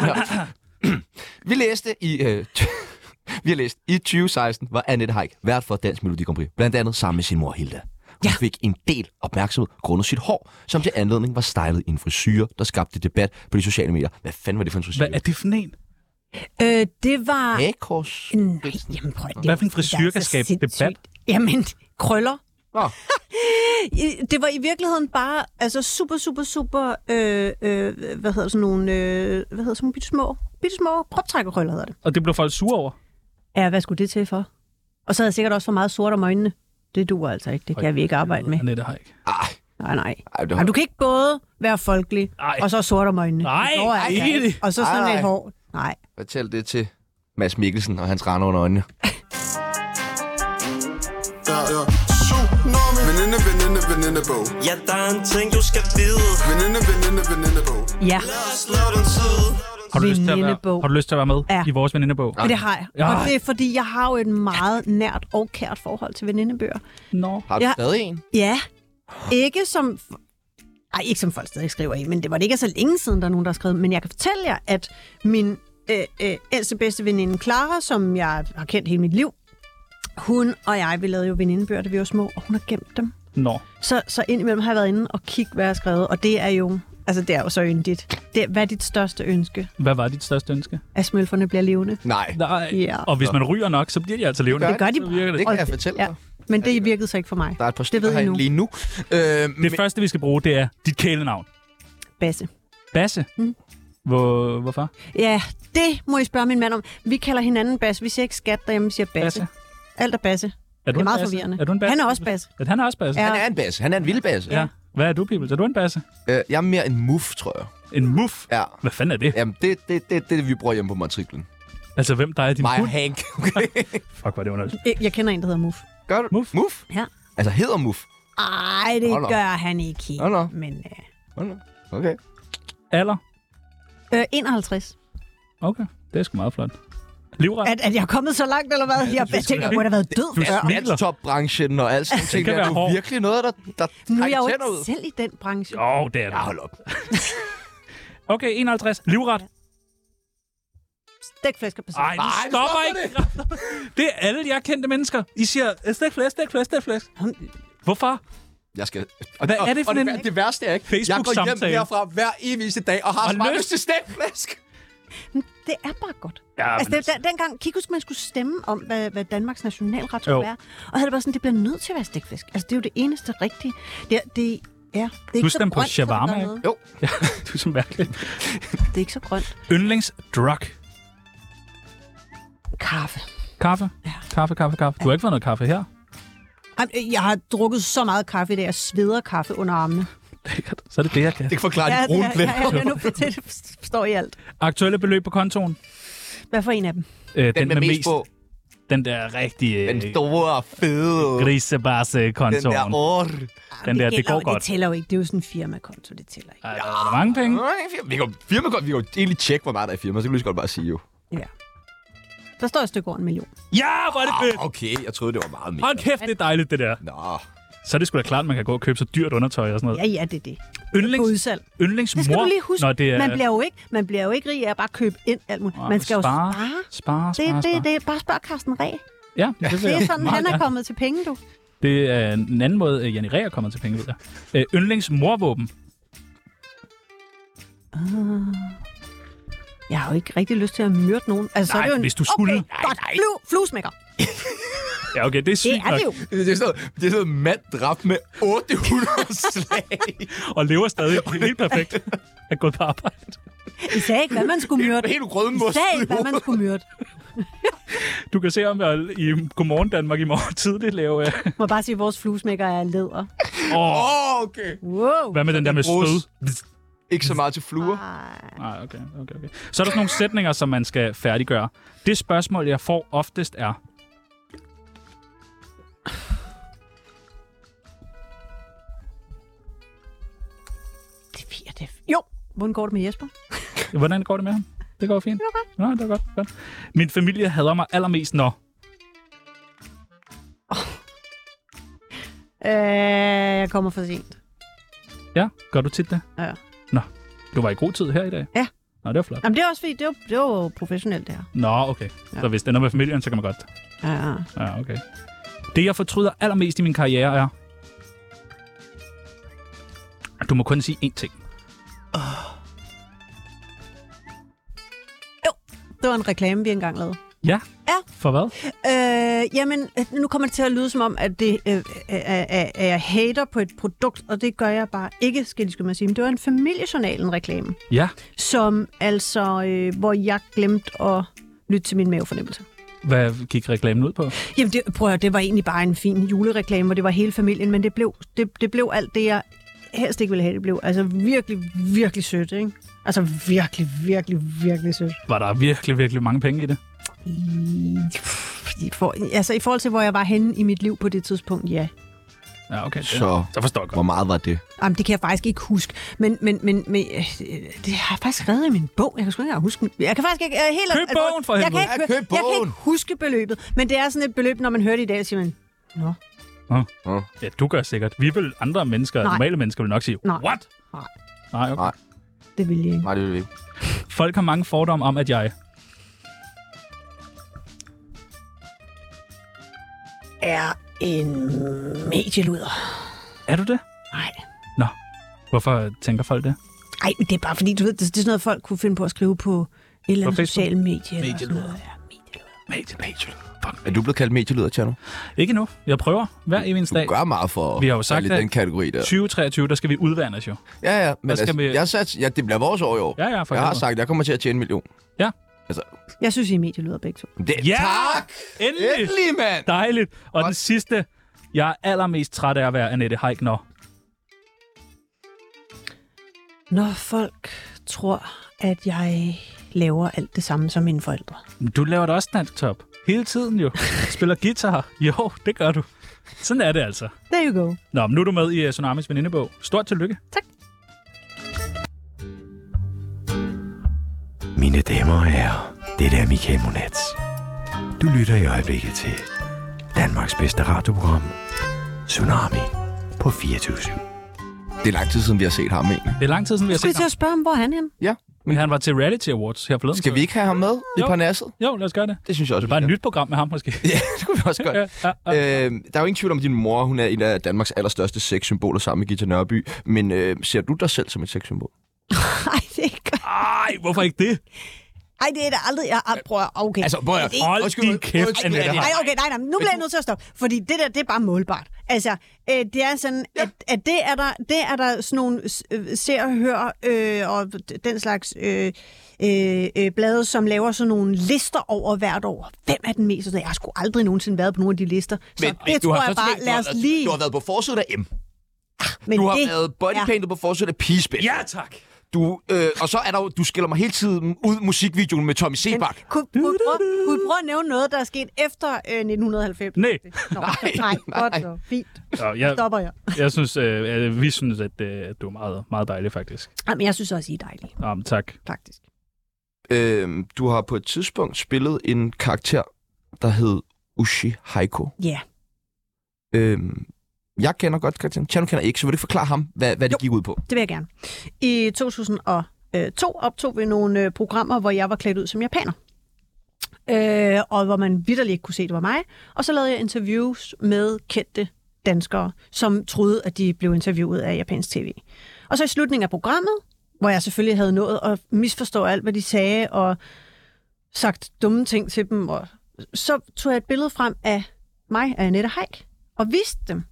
Speaker 1: den her. Vi læste i... Øh, vi har læst, i 2016 var Annette Haik vært for Dansk Melodi Grand Prix, blandt andet sammen med sin mor Hilda. Hun ja. fik en del opmærksomhed grundet sit hår, som til anledning var stylet i en frisyr, der skabte debat på de sociale medier. Hvad fanden var det for en frisyr?
Speaker 4: hvad er det for en?
Speaker 3: Øh, det var...
Speaker 1: Hagekors?
Speaker 3: Nej, jamen prøv at det
Speaker 4: Hvad for
Speaker 3: er- det er
Speaker 4: en frisure kan
Speaker 3: så
Speaker 4: skabe
Speaker 3: sindssygt.
Speaker 4: debat?
Speaker 3: Jamen, krøller.
Speaker 1: Nå.
Speaker 3: I- det var i virkeligheden bare altså super, super, super, øh, øh, hvad hedder sådan nogle, øh, hvad hedder sådan nogle bitte små, bitte små proptrækkerkrøller hedder det.
Speaker 4: Og det blev folk sure over.
Speaker 3: Ja, hvad skulle det til for? Og så havde jeg sikkert også for meget sort om øjnene. Det duer altså ikke. Det kan vi ikke arbejde med.
Speaker 4: Annette har ikke.
Speaker 1: Ej,
Speaker 3: Nej, nej.
Speaker 1: ej, det
Speaker 3: Og du kan ikke både være folkelig,
Speaker 4: Ej.
Speaker 3: og så sort om øjnene.
Speaker 4: Nej,
Speaker 3: Det går altså
Speaker 4: ikke
Speaker 3: ikke.
Speaker 4: det.
Speaker 3: Og så sådan
Speaker 1: Ej, nej.
Speaker 3: lidt hår. Nej.
Speaker 1: Fortæl det til Mads Mikkelsen og hans rande under øjnene.
Speaker 8: Ja, ja. Tsunami. Veninde, veninde, venindebog.
Speaker 9: Ja, der er en ting, du skal vide.
Speaker 8: Veninde, veninde, venindebog.
Speaker 3: Ja,
Speaker 9: Lad os lave den tid.
Speaker 4: Har du, lyst til at være,
Speaker 3: Venindebog.
Speaker 4: har du lyst til at være med
Speaker 3: Ja.
Speaker 4: i vores venindebog?
Speaker 3: og det har jeg.
Speaker 4: Ja.
Speaker 3: Og det er, fordi jeg har jo et meget nært og kært forhold til venindebøger.
Speaker 4: Nå.
Speaker 1: Har du
Speaker 3: Ja.
Speaker 1: stadig en?
Speaker 3: Ja. Ikke som... Ej, ikke som folk stadig skriver i, men det var det ikke så længe siden, der er nogen, der har skrevet. Men jeg kan fortælle jer, at min øh, øh, ældste bedste veninde, Clara, som jeg har kendt hele mit liv, hun og jeg, vi lavede jo venindebøger, da vi var små, og hun har gemt dem.
Speaker 4: Nå.
Speaker 3: Så, så indimellem har jeg været inde og kigge, hvad jeg har skrevet, og det er jo... Altså, det er jo så yndigt. Det, hvad er dit største ønske?
Speaker 4: Hvad var dit største ønske?
Speaker 3: At smølferne bliver levende?
Speaker 1: Nej,
Speaker 4: Nej.
Speaker 3: Ja.
Speaker 4: Og hvis man ryger nok, så bliver de altså levende.
Speaker 3: Det gør de
Speaker 4: Så virker
Speaker 1: det
Speaker 4: det.
Speaker 1: kan
Speaker 3: Og
Speaker 1: jeg
Speaker 3: det-
Speaker 1: fortælle
Speaker 3: ja.
Speaker 1: dig.
Speaker 3: Men det virkede så ikke for mig.
Speaker 1: Der er et par
Speaker 3: ved
Speaker 1: stykker
Speaker 3: I
Speaker 1: herinde
Speaker 3: nu.
Speaker 1: lige nu. Øh, men,
Speaker 4: Det første, vi skal bruge, det er dit kælenavn.
Speaker 3: Basse.
Speaker 4: Basse.
Speaker 3: Mm.
Speaker 4: Hvor, hvorfor?
Speaker 3: Ja, det må I spørge min mand om. Vi kalder hinanden Basse. Vi siger ikke skat derhjemme, vi siger Basse.
Speaker 4: Basse.
Speaker 3: Basse. Alt er Basse.
Speaker 4: Er
Speaker 3: Det er
Speaker 4: en
Speaker 3: meget
Speaker 4: basse?
Speaker 3: forvirrende.
Speaker 4: Er du en basse?
Speaker 3: Han er også Basse.
Speaker 4: Ja, han er også basse.
Speaker 3: Ja.
Speaker 1: han er en basse. Han er en vild basse.
Speaker 4: ja. Hvad er du, Pibels? Er du en basse?
Speaker 1: Øh, jeg er mere en muff, tror jeg.
Speaker 4: En muff?
Speaker 1: Ja.
Speaker 4: Hvad fanden er det?
Speaker 1: Jamen, det er det, det, det, det, vi bruger hjemme på matriklen.
Speaker 4: Altså, hvem der er din
Speaker 1: Mig og
Speaker 4: hund?
Speaker 1: Hank. Okay.
Speaker 4: Fuck, var det underligt.
Speaker 3: Jeg- Jeg kender en, der hedder Muff.
Speaker 1: Gør du?
Speaker 4: Muff?
Speaker 1: Muff?
Speaker 3: Ja.
Speaker 1: Altså, hedder Muff?
Speaker 3: Ej,
Speaker 1: Nå, nå.
Speaker 3: det gør han ikke helt.
Speaker 1: Nå, nå.
Speaker 3: Men øh,
Speaker 1: Nå, nå. Okay.
Speaker 4: Alder?
Speaker 3: øh, 51.
Speaker 4: Okay, det er sgu meget flot. Livret?
Speaker 3: At, at jeg er kommet så langt, eller hvad? Jeg, jeg tænker, jeg burde have været død
Speaker 4: Du
Speaker 3: før.
Speaker 4: smiler.
Speaker 1: Top-branchen og alt sådan ting.
Speaker 4: kan
Speaker 1: der.
Speaker 4: være
Speaker 1: Det er
Speaker 4: hård.
Speaker 1: jo virkelig noget, der, der
Speaker 3: Nu er
Speaker 1: trækker
Speaker 3: jeg jo
Speaker 1: tænder ud.
Speaker 3: ikke selv i den branche.
Speaker 4: Åh, oh, det er
Speaker 1: Ja,
Speaker 4: det.
Speaker 1: hold op.
Speaker 4: Okay, 51. Livret?
Speaker 3: Stæk flæsk og persille.
Speaker 4: Ej, nu stopper ikke. Det er alle jer kendte mennesker. I siger, "Øh, stik flæsk, stik flæsk, stik flæsk. Hvorfor?
Speaker 1: Jeg skal...
Speaker 4: Hvad er det for
Speaker 1: og,
Speaker 4: en-
Speaker 1: og det, det værste er ikke, jeg går hjem
Speaker 4: Facebook-samtale?
Speaker 1: herfra hver eneste dag og har
Speaker 4: Og
Speaker 1: så meget
Speaker 4: lyst.
Speaker 1: lyst til stækflæsk.
Speaker 3: Det er bare godt.
Speaker 4: Ja,
Speaker 3: Altså,
Speaker 4: men
Speaker 3: det, den, dengang, kan I huske, man skulle stemme om, hvad, hvad Danmarks nationalret
Speaker 4: Jo.
Speaker 3: skulle være? Og havde det bare sådan, det bliver nødt til at være stikflæsk. Altså, det er jo det eneste rigtige. Det, er- det, ja, det er ikke så
Speaker 4: stemte på
Speaker 3: grønt, som
Speaker 4: shawarma,
Speaker 3: der er
Speaker 4: ikke?
Speaker 3: noget.
Speaker 4: Du er så mærkelig.
Speaker 3: Det er ikke så grønt.
Speaker 4: Yndlingsdrug.
Speaker 3: Kaffe.
Speaker 4: Kaffe? Kaffe, kaffe, kaffe. Du har ikke fået noget kaffe her?
Speaker 3: Ej, øh, Jeg har drukket så meget kaffe i dag, jeg sveder kaffe under armene.
Speaker 4: Lækkert. Så er det det, jeg kan.
Speaker 1: Det kan forklare
Speaker 3: Ja,
Speaker 1: de
Speaker 3: ja,
Speaker 1: brune
Speaker 3: ja,
Speaker 1: blænder.
Speaker 3: ja, ja, nu fortæ- det forstår I alt.
Speaker 4: Aktuelle beløb på kontoen?
Speaker 3: Hvad for en af dem?
Speaker 4: Øh,
Speaker 1: Den med mest øh, på.
Speaker 4: Den der rigtige øh,
Speaker 1: Den store, fede. Den
Speaker 4: grisebasse-kontoen.
Speaker 1: der år.
Speaker 3: Ej,
Speaker 4: Den der, det
Speaker 3: gælder
Speaker 4: går
Speaker 3: jo-
Speaker 4: godt.
Speaker 3: Det tæller jo ikke. Det er jo sådan en firmakonto, det tæller ikke.
Speaker 4: Ej, der er mange penge.
Speaker 1: Vi kan, jo- firma, vi kan jo egentlig tjekke, hvor meget der er i firma, så kan vi lige så godt bare sige jo.
Speaker 3: Ja. Der står et stykke over en million.
Speaker 4: Ja, hvor er det fedt.
Speaker 1: Ah, okay, jeg troede, det var meget mere.
Speaker 4: Hold kæft, det er dejligt, det der.
Speaker 1: Nå,
Speaker 4: Så er det sgu da klart, at man kan gå og købe så dyrt undertøj og sådan noget.
Speaker 3: Ja, ja, det er det. På
Speaker 4: Yndlings,
Speaker 3: udsalg.
Speaker 4: yndlingsmor.
Speaker 3: Det skal du lige huske.
Speaker 4: Nå, det er,
Speaker 3: man, bliver jo ikke, man bliver jo ikke rig af at bare købe ind alt muligt.
Speaker 4: Åh,
Speaker 3: man skal jo
Speaker 4: spare.
Speaker 3: spare.
Speaker 4: Spare, spare,
Speaker 3: Det,
Speaker 4: spare.
Speaker 3: det, det, bare spørg Carsten Ræ.
Speaker 4: Ja, det, vil
Speaker 3: Det
Speaker 4: jeg
Speaker 3: er sådan,
Speaker 4: meget
Speaker 3: han er
Speaker 4: gerne.
Speaker 3: kommet til penge, du.
Speaker 4: Det er en anden måde, at Janne Rea kommer til penge, ved jeg. Øh, yndlingsmorvåben.
Speaker 3: Jeg har jo ikke rigtig lyst til at myrde nogen. Altså, så er
Speaker 4: Nej,
Speaker 3: det jo en...
Speaker 4: hvis du skulle.
Speaker 3: Okay, godt. Flu, fluesmækker.
Speaker 4: Ja, okay, det er
Speaker 3: Det
Speaker 4: sygt
Speaker 3: er det jo.
Speaker 4: nok.
Speaker 1: det er sådan, det er sådan en mand dræbt med 800 slag.
Speaker 4: Og lever stadig helt perfekt. Er gået på arbejde.
Speaker 3: I sagde ikke, hvad man skulle myrde.
Speaker 1: Helt
Speaker 3: I
Speaker 1: grødmust.
Speaker 3: sagde ikke, hvad man skulle myrde.
Speaker 4: Du kan se om jeg i Godmorgen Danmark i morgen tidligt lave... øh,
Speaker 3: Må bare sige, at vores fluesmækker er læder.
Speaker 4: Åh, oh,
Speaker 1: Åh, okay.
Speaker 3: Wow.
Speaker 4: hvad med den der med
Speaker 1: bruges.
Speaker 4: stød?
Speaker 1: Ikke så meget til fluer.
Speaker 3: Ej.
Speaker 4: Nej, okay, okay, okay. Så er der sådan nogle sætninger, som man skal færdiggøre. Det spørgsmål, jeg får oftest er...
Speaker 3: Det bliver det. Jo. Hvordan går det med Jesper?
Speaker 4: Hvordan går det med ham? Det går fint. Okay. Nå, det er godt, godt. Min familie hader mig allermest, når...
Speaker 3: Øh, jeg kommer for sent.
Speaker 4: Ja, gør du tit det?
Speaker 3: Ja.
Speaker 4: Nå, du var i god tid her i dag.
Speaker 3: Ja.
Speaker 4: Nå, det var flot.
Speaker 3: Jamen, det er også fordi, det er jo, det er jo professionelt, det her.
Speaker 4: Nå, okay. Ja. Så hvis det er noget med familien, så kan man godt.
Speaker 3: Ja, ja.
Speaker 4: Ja, okay. Det, jeg fortryder allermest i min karriere, er... Du må kun sige én ting.
Speaker 3: Det var var en reklame, vi engang lavede.
Speaker 4: Ja.
Speaker 3: Ja.
Speaker 4: For hvad?
Speaker 3: Øh, jamen, nu kommer det til at lyde som om, at det, øh, er, er, er jeg hater på et produkt, og det gør jeg bare ikke, skal de skulle man sige. Men det var en familiejournalen-reklame,
Speaker 4: Ja.
Speaker 3: som altså, øh, hvor jeg glemte at lytte til min mavefornemmelse.
Speaker 4: Hvad gik reklamen ud på?
Speaker 3: Jamen, det, prøv at, høre, det var egentlig bare en fin julereklame, hvor det var hele familien, men det blev, det, det blev alt det, jeg helst ikke ville have, det blev. Altså virkelig, virkelig sødt, ikke? Altså virkelig, virkelig, virkelig sødt.
Speaker 4: Var der virkelig, virkelig mange penge i det?
Speaker 3: I For, altså i forhold til, hvor jeg var henne i mit liv på det tidspunkt, ja.
Speaker 4: Ja, okay. det-
Speaker 1: Så
Speaker 4: Så forstår jeg godt.
Speaker 1: hvor meget var det?
Speaker 3: Jamen, det kan jeg faktisk ikke huske. Men, men, men, men øh, det har jeg faktisk skrevet i min bog. Jeg kan sgu ikke engang huske den. Jeg kan faktisk ikke... Øh, helt,
Speaker 4: Køb bogen, for
Speaker 3: jeg kan,
Speaker 4: helvede.
Speaker 3: ikke,
Speaker 1: Ja, køb
Speaker 3: jeg kan
Speaker 1: bogen.
Speaker 3: ikke huske beløbet. Men det er sådan et beløb, når man hører det i dag, siger man, Nå,
Speaker 4: Ja, du gør sikkert. Vi vil andre mennesker,
Speaker 3: Nej.
Speaker 4: normale mennesker, vil nok sige,
Speaker 3: Nej.
Speaker 4: what?
Speaker 3: Nej.
Speaker 4: Nej, okay.
Speaker 1: Nej.
Speaker 3: det vil jeg ikke.
Speaker 1: Nej, det ved jeg ikke.
Speaker 4: Folk har mange fordomme om, at jeg...
Speaker 3: Er en medieluder.
Speaker 4: Er du det?
Speaker 3: Nej.
Speaker 4: Hvorfor tænker folk det?
Speaker 3: Ej, men det er bare fordi, du ved, det, det er sådan noget, folk kunne finde på at skrive på et eller andet
Speaker 4: Facebook?
Speaker 3: sociale medie. Eller sådan
Speaker 4: Medieluder.
Speaker 3: noget. Ja, medieluder.
Speaker 4: Major, major. Fuck.
Speaker 1: Er du blevet kaldt medielyder, Tjerno?
Speaker 4: Ikke nu. Jeg prøver hver eneste
Speaker 1: Du
Speaker 4: dag.
Speaker 1: gør meget for
Speaker 4: Vi har jo
Speaker 1: at
Speaker 4: sagt,
Speaker 1: falde i
Speaker 4: at-
Speaker 1: den kategori der.
Speaker 4: 2023, der skal vi udvande os jo.
Speaker 1: Ja, ja, men
Speaker 4: Hvad skal
Speaker 1: altså,
Speaker 4: vi-
Speaker 1: jeg sats, ja, det bliver vores år i år.
Speaker 4: Ja, ja, for
Speaker 1: jeg har
Speaker 4: helvede.
Speaker 1: sagt, at jeg kommer til at tjene en million.
Speaker 3: Jeg synes, I er medielyder begge to.
Speaker 1: Det,
Speaker 4: Ja!
Speaker 1: Tak!
Speaker 4: Endelig!
Speaker 1: Endelig, mand!
Speaker 4: Dejligt. Og den sidste, jeg er allermest træt af at være Annette Heigner.
Speaker 3: Når folk tror, at jeg laver alt det samme som mine forældre.
Speaker 4: Men Du laver da også dansk top. Hele tiden jo. Spiller guitar. Jo, det gør du. Sådan er det altså.
Speaker 3: There you go.
Speaker 4: Nå, men nu er du med i øh, Tsunamis venindebog. Stort tillykke.
Speaker 10: Mine damer og herrer, det er Michael Monats. Du lytter i øjeblikket til Danmarks bedste radioprogram, Tsunami på 24
Speaker 1: Det er lang tid siden, vi har set ham egentlig.
Speaker 4: Det er lang tid siden, vi har
Speaker 3: Skal vi
Speaker 4: set
Speaker 3: til
Speaker 4: ham.
Speaker 3: at spørge ham, hvor er han henne?
Speaker 1: Ja.
Speaker 4: Men han var til Reality Awards her forleden.
Speaker 1: Skal vi ikke have ham med i
Speaker 4: Jo.
Speaker 1: Parnasset?
Speaker 4: Jo, lad os gøre det.
Speaker 1: Det synes jeg også,
Speaker 4: Bare
Speaker 1: vi
Speaker 4: et
Speaker 1: skal.
Speaker 4: nyt program med ham måske.
Speaker 1: Ja, det kunne vi også godt.
Speaker 4: Ja, ja, ja.
Speaker 1: Øh, der er jo ingen tvivl om, at din mor hun er en af Danmarks allerstørste sexsymboler sammen med Gita Nørby. Men øh, ser du dig selv som et sexsymbol?
Speaker 3: Nej, det er ikke
Speaker 4: Ej, hvorfor ikke det?
Speaker 3: Ej, det er da aldrig... Jeg, ah, prøv at... Okay.
Speaker 1: Altså, prøv at-
Speaker 3: Det-
Speaker 4: Hold
Speaker 1: Undskyld,
Speaker 4: din kæft,
Speaker 1: undskyld,
Speaker 4: Annette
Speaker 1: Annette
Speaker 3: Nej,
Speaker 4: Heick.
Speaker 3: okay, nej, nej. Nu bliver jeg nødt til at stoppe. Fordi det der, det er bare målbart. Altså, øh, det er sådan, ja. at, at det, er der, det er der sådan nogle s- øh, ser og hører øh, og d- den slags øh, øh, øh, blade, som laver sådan nogle lister over hvert år. Hvem er den mest? Og så, Jeg har sgu aldrig nogensinde været på nogle af de lister. Så men, det tror jeg
Speaker 1: så til
Speaker 3: bare,
Speaker 1: gengæld-
Speaker 3: lad
Speaker 1: du
Speaker 3: os
Speaker 1: har-
Speaker 3: lige...
Speaker 1: Du har været på forsiden af M.
Speaker 3: men
Speaker 1: Du har
Speaker 3: det
Speaker 1: været
Speaker 3: er-
Speaker 1: bodypainted på forsiden af Pigespil.
Speaker 4: Ja, tak.
Speaker 1: Du, øh, og så er der jo, du skiller mig hele tiden ud i musikvideoen med Tommy
Speaker 3: Men
Speaker 1: Sebak.
Speaker 3: kunne, kunne, vi prøve, kunne vi prøve at nævne noget, der er sket efter øh, 1990?
Speaker 4: Nej.
Speaker 3: Nå, nej, nej, godt så. Fint.
Speaker 4: Nå, jeg,
Speaker 3: Stopper jeg.
Speaker 4: jeg synes, øh, at vi synes, at, øh, at du er meget, meget dejlig, faktisk.
Speaker 3: Jamen, Ah, jeg synes også, I er dejlige,
Speaker 4: Nå, men tak.
Speaker 3: faktisk.
Speaker 1: Øh, du har på et tidspunkt spillet en karakter, der hed Ushi Haiko.
Speaker 3: Ja.
Speaker 1: Øh, jeg kender godt karakteren. Tjerno kender ikke, så vil du ikke forklare ham, hvad, hvad det
Speaker 3: Jo.
Speaker 1: gik ud på?
Speaker 3: Det vil jeg gerne. I 2002 øh, optog vi nogle øh, programmer, hvor jeg var klædt ud som japaner. Øh, og hvor man vidderligt ikke kunne se, det var mig. Og så lavede jeg interviews med kendte danskere, som troede, at de blev interviewet af japansk tv. Og så i slutningen af programmet, hvor jeg selvfølgelig havde nået at misforstå alt, hvad de sagde, og sagt dumme ting til dem, og så tog jeg et billede frem af mig, af Annette Haik, og viste dem.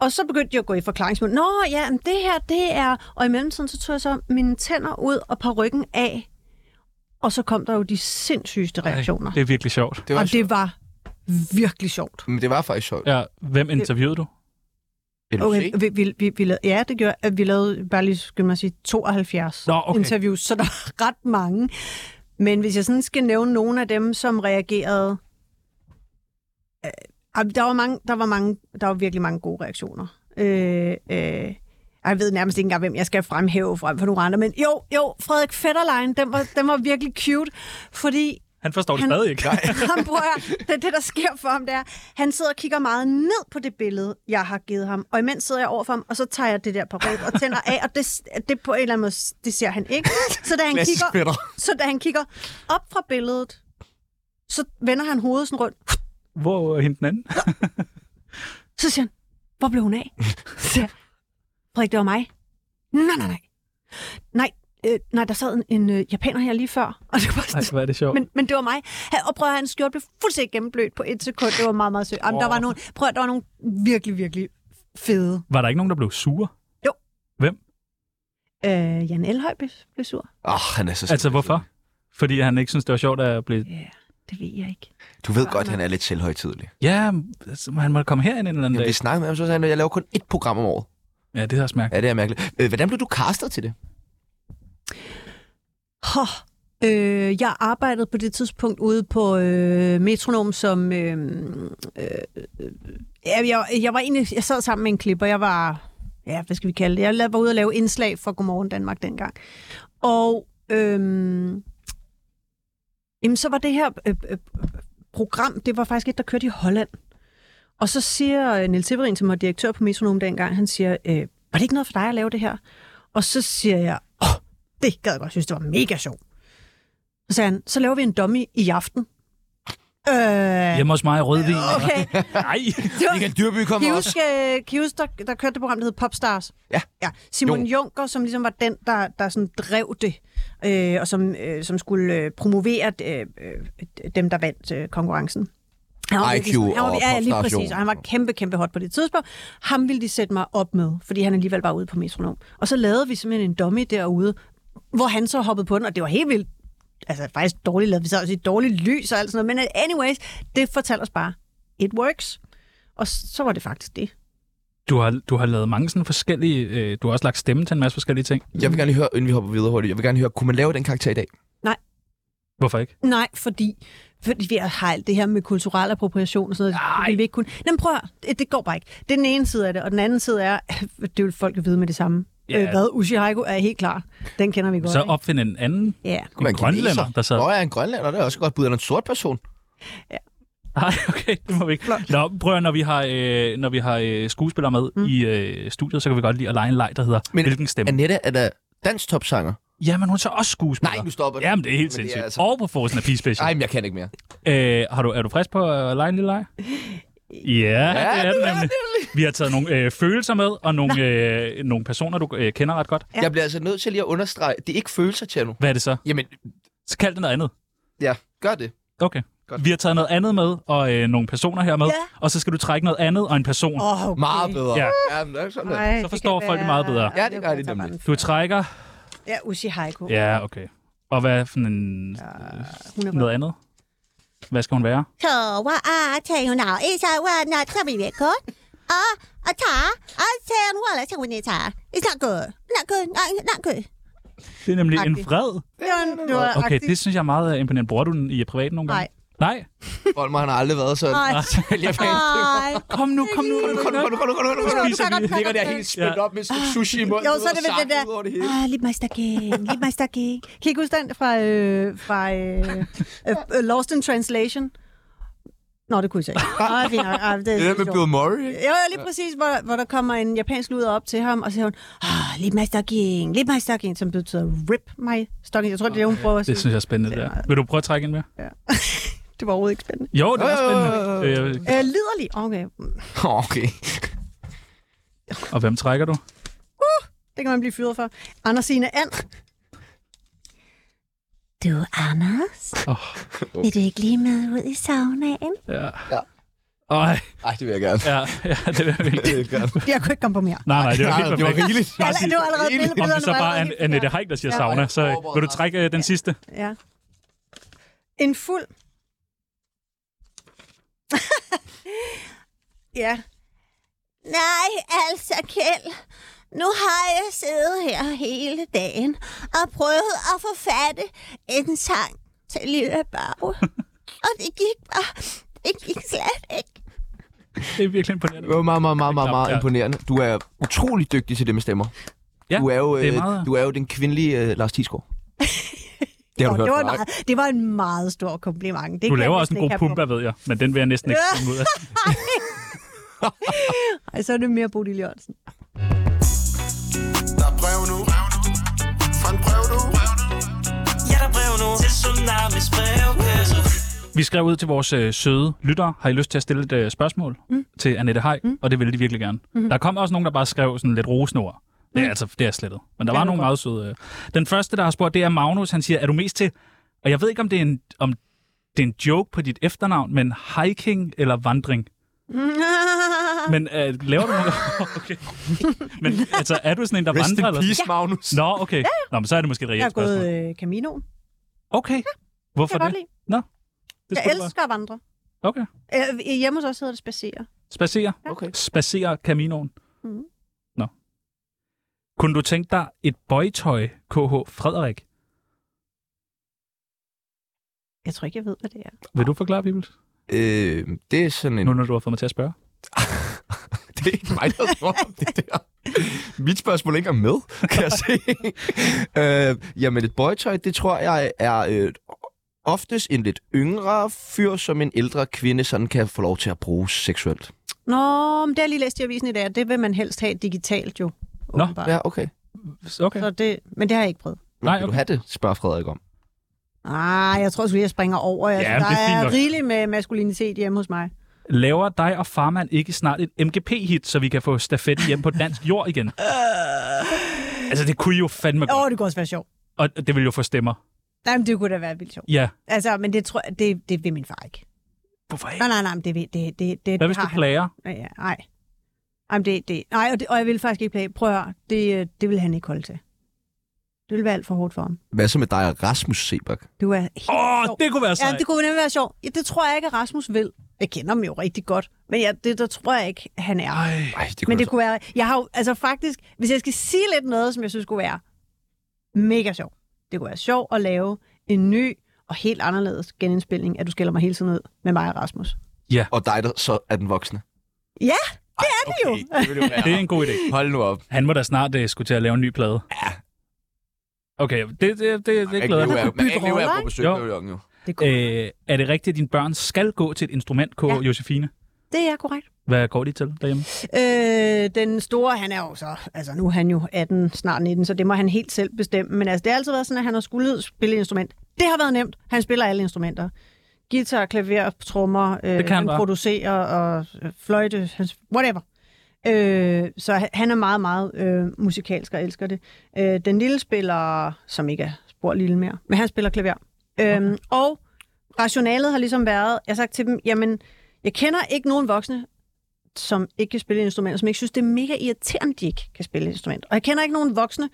Speaker 3: Og så begyndte jeg at gå i forklaringsmod. Nå ja, men det her, det er... Og i mellemtiden, så tog jeg så mine tænder ud og par ryggen af. Og så kom der jo de sindssygeste reaktioner.
Speaker 4: Det er virkelig sjovt.
Speaker 1: Det var,
Speaker 3: og det var virkelig sjovt.
Speaker 1: Men det var faktisk sjovt.
Speaker 4: Ja, hvem interviewede du?
Speaker 1: Vil du
Speaker 3: Okay,
Speaker 1: se?
Speaker 3: vi, vi, vi, vi lavede, ja, det gjorde, at vi lavede, bare lige skal man sige, 72
Speaker 4: Nå, okay.
Speaker 3: interviews, så der er ret mange. Men hvis jeg sådan skal nævne nogle af dem, som reagerede... Øh, ah, der, var mange, der, var mange, der var virkelig mange gode reaktioner. Øh, øh, ej, jeg ved nærmest ikke engang, hvem jeg skal fremhæve frem for nogle andre, men jo, jo, Frederik Fetterlein, den var, den var virkelig cute, fordi
Speaker 4: Han forstår det
Speaker 3: Han-
Speaker 4: stadig ikke. Nej.
Speaker 3: han prøver, det, det, der sker for ham, det er, han sidder og kigger meget ned på det billede, jeg har givet ham. Og imens sidder jeg overfor ham, og så tager jeg det der på rød og tænder af, og det, det på en eller anden måde, det ser han ikke. Så da han,
Speaker 1: Klassisk
Speaker 3: kigger,
Speaker 1: fætter.
Speaker 3: så da han kigger op fra billedet, så vender han hovedet sådan rundt.
Speaker 4: Hvor er hende den anden?
Speaker 3: Så siger han, hvor blev hun af? Så siger jeg, Frederik, det var mig. Nej, nej, nej. Nej, øh, nej, der sad en, en øh, japaner her lige før, og det var sådan,
Speaker 4: Ej, hvor er det sjovt. Men...
Speaker 3: Men, men det var mig. Han, og prøv at høre, hans skjorte blev fuldstændig gennemblødt på et sekund. Det var meget, meget sødt. Jamen, der var nogle, prøv at, der var nogle virkelig, virkelig fede.
Speaker 4: Var der ikke nogen, der blev sure?
Speaker 3: Øh, Jan Elhøj blev, blev sur.
Speaker 1: Åh, oh, han er så
Speaker 4: Altså, hvorfor? Fordi han ikke synes, det var sjovt at blive...
Speaker 3: Ja, det ved jeg ikke.
Speaker 1: Du ved godt, han er lidt selvhøjtidlig.
Speaker 4: Ja, altså, han måtte komme herind en eller anden
Speaker 1: Jamen,
Speaker 4: dag.
Speaker 1: vi snakker med ham, så sagde han, at jeg laver kun ét program om året.
Speaker 4: Ja, det er også mærkeligt.
Speaker 1: Ja, det er mærkeligt. Øh, hvordan blev du castet til det?
Speaker 3: Hå, øh, jeg arbejdede på det tidspunkt ude på øh, Metronom som... Øh, øh, ja, jeg, jeg, var egentlig, jeg sad sammen med en klipper. Jeg var... Ja, hvad skal vi kalde det? Jeg la- var ude og lave indslag for Godmorgen Danmark dengang. Og... Øh, jamen, så var det her øh, øh, program, det var faktisk et, der kørte i Holland. Og så siger øh, Niels Severin, som var direktør på Metronom dengang, han siger, øh, var det ikke noget for dig at lave det her? Og så siger jeg, åh, det gad jeg godt synes, det var mega sjovt. Så sagde han, så laver vi en dummy i aften. Øh,
Speaker 4: Hjemme hos mig i Rødvig.
Speaker 3: okay.
Speaker 4: Nej.
Speaker 3: Det var,
Speaker 1: Michael Dyrby kommer også.
Speaker 3: Kius, øh, Kius der, der kørte det program, der hed Popstars.
Speaker 1: Ja.
Speaker 3: ja. Simon
Speaker 1: Jo.
Speaker 3: Junker, som ligesom var den, der, der sådan drev det, øh, og som, øh, som skulle øh, promovere øh, øh, dem, der vandt øh, konkurrencen. Han var
Speaker 1: IQ
Speaker 3: virkelig sådan- han var,
Speaker 1: og
Speaker 3: ja, lige
Speaker 1: Popstars,
Speaker 3: præcis,
Speaker 1: jo.
Speaker 3: og han var kæmpe, kæmpe hot på det tidspunkt. Ham ville de sætte mig op med, fordi han alligevel var ude på metronom. Og så lavede vi simpelthen en dummy derude, hvor han så hoppede på den, og det var helt vildt. Altså faktisk dårligt lavet, vi sad også i et dårligt lys og alt sådan noget, men anyways, det fortalte os bare, it works. Og så var det faktisk det.
Speaker 4: Du har, du har lavet mange sådan forskellige... Øh, du har også lagt stemme til en masse forskellige ting.
Speaker 1: Jeg vil gerne lige høre, inden vi hopper videre hurtigt, jeg vil gerne høre, kunne man lave den karakter i dag?
Speaker 4: Hvorfor ikke?
Speaker 3: Nej, fordi, fordi vi har alt det her med kulturel appropriation og sådan noget. Det vil vi ikke kunne. Men prøv at, høre, det, det går bare ikke. Det er den ene side af det, og den anden side er, det vil folk jo vide med det samme.
Speaker 4: Ja.
Speaker 3: Ja. Øh, hvad? Ushi Haiku er helt klar. Den kender vi godt.
Speaker 4: Så Mm.
Speaker 3: ikke?
Speaker 4: opfinde en anden
Speaker 3: Ja.
Speaker 1: Kunne man
Speaker 4: en grønlænder, der sad...
Speaker 1: Nå, jeg er en grønlænder, det er også et godt bud. Eller en sort person.
Speaker 4: Nej, okay, det må vi ikke. Nå, prøv at, høre, når vi har, øh, når vi har øh, skuespillere med mm. i øh, studiet, så kan vi godt lide at lege en leg, der hedder Men,
Speaker 1: Men-
Speaker 4: Hvilken stemme?
Speaker 1: Annette er da dansk topsanger.
Speaker 4: Jamen, hun er så også skuespiller.
Speaker 1: Nej, nu stopper det.
Speaker 4: Jamen, det er helt
Speaker 1: Men det er
Speaker 4: sindssygt.
Speaker 1: altså-
Speaker 4: Altså... Og på forsen af Pige Special.
Speaker 1: Nej, men jeg kan ikke mere.
Speaker 4: Øh, har du, er du frisk på at lege en lille leg? Ja, ja det er den nemlig. Vi har taget nogle øh, følelser med, og nogle, øh, nogle personer, du øh, kender ret godt.
Speaker 1: Ja. Jeg bliver altså nødt til lige at understrege, det er ikke følelser til nu.
Speaker 4: Hvad er det så?
Speaker 1: Jamen,
Speaker 4: Så kald det noget andet.
Speaker 1: ja, gør det.
Speaker 4: Okay.
Speaker 1: Godt.
Speaker 4: Godt. Vi har taget noget andet med, og øh, nogle personer her med,
Speaker 3: Ja.
Speaker 4: ja. og så skal du trække noget andet og en person. Oh,
Speaker 3: Oh, okay.
Speaker 1: Meget bedre.
Speaker 4: Ja.
Speaker 1: ja men det er sådan noget.
Speaker 3: Ej,
Speaker 4: Så forstår
Speaker 3: kan
Speaker 4: folk det meget bedre.
Speaker 1: Ja, det gør de nemlig.
Speaker 4: du trækker...
Speaker 3: Ja, Ushi Haiku.
Speaker 4: Ja, okay. Og hvad for en... Ja,
Speaker 3: Hun er
Speaker 4: noget andet? Hvad skal hun være?
Speaker 2: It's not good. Not good. Not, not good.
Speaker 4: Det er nemlig en
Speaker 3: Agtig.
Speaker 4: fred.
Speaker 3: Det var, det var
Speaker 4: Okay,
Speaker 3: agtigt.
Speaker 4: det synes jeg er meget øh, imponerende. Bruger du den i privat nogle gange? Nej. Nej?
Speaker 1: Volmer, han har aldrig været sådan. "Ah,
Speaker 3: Nej.
Speaker 1: Jeg fandt
Speaker 2: Ej.
Speaker 4: Kom nu, kom nu, kom nu,
Speaker 1: Kom nu, kom nu, kom nu, kom nu, kom nu, kom nu.
Speaker 4: Spiser vi.
Speaker 1: ligger der helt spændt op med et stykke sushi i munden.
Speaker 3: Jo, så er det
Speaker 1: og
Speaker 3: med det
Speaker 1: sakker
Speaker 3: der.
Speaker 1: ud over det hele.
Speaker 2: Ah, lidt masterking. Lidt masterking.
Speaker 3: Kan I ikke huske den fra, øh, fra øh, øh, Lost in Translation? Nå, det kunne I så ikke. Ej, fint nok. Ej, det,
Speaker 1: Det
Speaker 3: er
Speaker 1: der med Bill Murray, ikke?
Speaker 3: Jo, jo, lige præcis, hvor, hvor der kommer en japansk luder op til ham, og siger hun, ah, lidt my stocking, lidt my stocking, som betyder rip my stocking. Jeg tror, det er det, hun prøver at sige.
Speaker 4: Det synes jeg er spændende,
Speaker 3: Det er
Speaker 4: der. Vil du prøve at trække en mere?
Speaker 3: Det var overhovedet ikke spændende.
Speaker 4: Jo, det var
Speaker 1: Jo, jo, jo,
Speaker 4: spændende.
Speaker 1: jo, jo.
Speaker 4: Øh,
Speaker 3: Øh, liderlig. Okay,
Speaker 1: Åh, Okay.
Speaker 4: Øh, og hvem trækker du?
Speaker 3: det kan man blive fyret for. Andersine And.
Speaker 2: Du, Anders,
Speaker 4: Åh,
Speaker 2: vil du ikke lige med ud i saunaen?
Speaker 4: ja.
Speaker 1: Ja.
Speaker 4: Øj,
Speaker 1: Ej, det vil jeg gerne.
Speaker 4: ja, ja, det er
Speaker 1: Det
Speaker 4: virkelig.
Speaker 1: vil jeg gerne.
Speaker 3: Jeg kunne ikke komme på mere.
Speaker 4: Nej, nej, det var helt
Speaker 1: Nej, det var
Speaker 4: perfekt.
Speaker 1: rigeligt.
Speaker 3: Ja, det var allerede
Speaker 1: Enig.
Speaker 3: billederne.
Speaker 4: Om det så
Speaker 3: var
Speaker 4: bare
Speaker 3: allerede
Speaker 4: er
Speaker 3: helt
Speaker 4: Annette
Speaker 3: forkert.
Speaker 4: Heik, der siger
Speaker 3: Ja.
Speaker 4: sauna, så øh, vil du trække øh, den sidste?
Speaker 3: Ja. En fuld. ja.
Speaker 2: Nej, altså Kjeld. Nu har jeg siddet her hele dagen og prøvet at forfatte en sang til Lille Bag. og det gik bare... Det gik slet ikke.
Speaker 4: Det er virkelig imponerende.
Speaker 1: Det var meget, meget, meget, meget, meget
Speaker 4: Ja.
Speaker 1: imponerende. Du er utrolig dygtig til det med stemmer.
Speaker 4: Ja,
Speaker 1: du er jo,
Speaker 4: det er
Speaker 1: øh,
Speaker 4: meget-
Speaker 1: du er jo den kvindelige øh, Lars Tisgaard. Det har
Speaker 3: Nå,
Speaker 1: du hørt fra
Speaker 3: det, var en
Speaker 1: mig.
Speaker 3: meget, det var en meget stor kompliment. Det
Speaker 4: Du
Speaker 3: kan jeg
Speaker 4: laver også
Speaker 3: næsten
Speaker 4: en
Speaker 3: ikke have
Speaker 4: god
Speaker 3: på
Speaker 4: pumper, ved jeg, men den vil jeg næsten ikke finde ud af.
Speaker 3: Ej, så er det mere Bodil Jørgensen.
Speaker 8: Der er brev nu Fra en brev nu
Speaker 9: Ja, der er brev nu til Tsunamis brevkasse.
Speaker 4: Vi skrev ud til vores øh, søde lyttere, har I lyst til at stille et
Speaker 3: Mm-hmm.
Speaker 4: øh, spørgsmål mm. til Annette Hej? Mm. Og det ville de virkelig gerne. Mm. Der kom også nogen, der bare skrev sådan lidt rosende ord. Det er, altså, det er slettet. Men der var nogle meget søde. øh. Den første, der har spurgt, det er Magnus. Han siger, er du mest til... Og jeg ved ikke, om det er en, om det er en joke på dit efternavn, men hiking eller vandring?
Speaker 3: Ah.
Speaker 4: Men øh, laver du noget? okay. Men altså, er du sådan en, der
Speaker 1: Rest in
Speaker 4: vandrer? Eller?
Speaker 1: peace, Magnus.
Speaker 4: Nå, okay. Nå, men så er det måske et
Speaker 3: Jeg
Speaker 4: reelt
Speaker 3: har gået
Speaker 4: spørgsmål.
Speaker 3: øh, Caminoen.
Speaker 4: Okay.
Speaker 3: Det kan
Speaker 4: Hvorfor
Speaker 3: jeg
Speaker 4: det?
Speaker 3: godt lide.
Speaker 4: Nå. Det
Speaker 3: Jeg
Speaker 4: skulle
Speaker 3: elsker at vandre.
Speaker 4: være- Okay.
Speaker 3: Øh, hjemme hos os hedder det spacere.
Speaker 4: Spacere.
Speaker 1: Okay.
Speaker 4: Spacere Caminoen.
Speaker 3: Mhm.
Speaker 4: Nå. Kunne du tænke dig et bøjtøj, KH Frederik?
Speaker 3: Jeg tror ikke, jeg ved, hvad det er.
Speaker 4: Vil du forklare, Bibels?
Speaker 1: Øh, det er sådan en...
Speaker 4: Nu, når du har fået mig til at spørge.
Speaker 1: Det er ikke mig, der spørger om det der. Mit spørgsmål ikke er med, kan jeg se. øh, jamen, et bøjtøj, det tror jeg er øh, oftest en lidt yngre fyr, som en ældre kvinde sådan kan få lov til at bruge seksuelt.
Speaker 3: Nå, men det har jeg lige læst i avisen i dag, og det vil man helst have digitalt jo. åbenbart.
Speaker 1: Ja, okay.
Speaker 4: Okay.
Speaker 3: Så det, men det har jeg ikke prøvet.
Speaker 1: Men
Speaker 4: Nej,
Speaker 1: Vil du
Speaker 4: okay.
Speaker 1: have det, spørger Frederik om.
Speaker 3: Ah, jeg tror sgu lige, jeg springer over. Jeg,
Speaker 4: Ja,
Speaker 3: der
Speaker 4: det er fint
Speaker 3: er,
Speaker 4: nok.
Speaker 3: rigeligt med maskulinitet hjemme hos mig.
Speaker 4: Laver dig og farmand ikke snart et MGP-hit, så vi kan få stafetten hjem på dansk jord igen? altså, det kunne I jo fandme
Speaker 3: Åh,
Speaker 4: godt.
Speaker 3: oh, det kunne også være sjovt.
Speaker 4: Og det ville jo få stemmer.
Speaker 3: Nej, men det kunne da være vildt sjovt.
Speaker 4: Ja.
Speaker 3: Altså, men det, tror, jeg- det, det vil min far ikke.
Speaker 4: Hvorfor ikke?
Speaker 3: Nej, nej, nej, men det, vil- det, det, det
Speaker 4: Hvad hvis
Speaker 3: har
Speaker 4: du
Speaker 3: han-
Speaker 4: plager?
Speaker 3: Ja, ja, nej. Jamen, det, det, nej, og, det, og jeg vil faktisk ikke plage. Prøv at høre, det, øh, det vil han ikke holde til. Det ville være alt for hårdt for ham.
Speaker 1: Hvad så med dig og Rasmus Sebak?
Speaker 3: Du er helt
Speaker 4: Åh,
Speaker 3: sjov.
Speaker 4: det kunne være
Speaker 3: Ja,
Speaker 4: sejt.
Speaker 3: det kunne nemlig være sjovt. Ja, det tror jeg ikke, at Rasmus vil. Jeg kender ham jo rigtig godt, men jeg, det der tror jeg ikke, han er.
Speaker 4: Ej.
Speaker 1: Ej, det kunne
Speaker 3: men det
Speaker 1: jeg-
Speaker 3: kunne være... Jeg har jo, altså faktisk, hvis jeg skal sige lidt noget, som jeg synes kunne være mega sjovt. Det kunne være sjovt at lave en ny og helt anderledes genindspilning, at du skælder mig hele tiden ud med mig og Rasmus.
Speaker 1: Og dig, der så er den voksne.
Speaker 3: Ja,
Speaker 1: det er
Speaker 3: det jo.
Speaker 1: Det vil jo
Speaker 4: Det er
Speaker 1: være.
Speaker 4: en god idé.
Speaker 1: Hold nu op.
Speaker 4: Han må da snart uh, skulle til at lave en ny plade. Ja. Okay, det, det, det, det
Speaker 1: Man kan
Speaker 4: glæder
Speaker 1: ikke leve
Speaker 4: jeg mig.
Speaker 1: af- man kan ikke leve af
Speaker 3: roller,
Speaker 1: at på besøg
Speaker 4: Jo.
Speaker 1: med Jørgen, jo.
Speaker 3: Det, kunne, øh.
Speaker 4: Øh, er det rigtigt, at dine børn skal gå til et instrument, K. Ja.
Speaker 3: Ja.
Speaker 4: Josefine?
Speaker 3: det er korrekt.
Speaker 4: Hvad går de til derhjemme?
Speaker 3: Øh, den store, han er jo så, altså nu er han jo 18, snart 19, så det må han helt selv bestemme. Men altså, det har altid været sådan, at han har skulle spille et instrument. Det har været nemt. Han spiller alle instrumenter. Guitar, klaver, trommer, øh,
Speaker 4: kan han
Speaker 3: han
Speaker 4: bare.
Speaker 3: producerer og øh, fløjte, hans- whatever. Øh, så han- han er meget, meget øh, musikalsk og elsker det. Øh, den lille spiller, som ikke er spor lille mere, men han spiller klaver. Øhm, Og rationalet har ligesom været, jeg har sagt til dem, jamen, jeg kender ikke nogen voksne, som ikke kan spille et instrument, og som ikke synes, det er mega irriterende, de ikke kan spille et instrument. Og jeg kender ikke nogen voksne,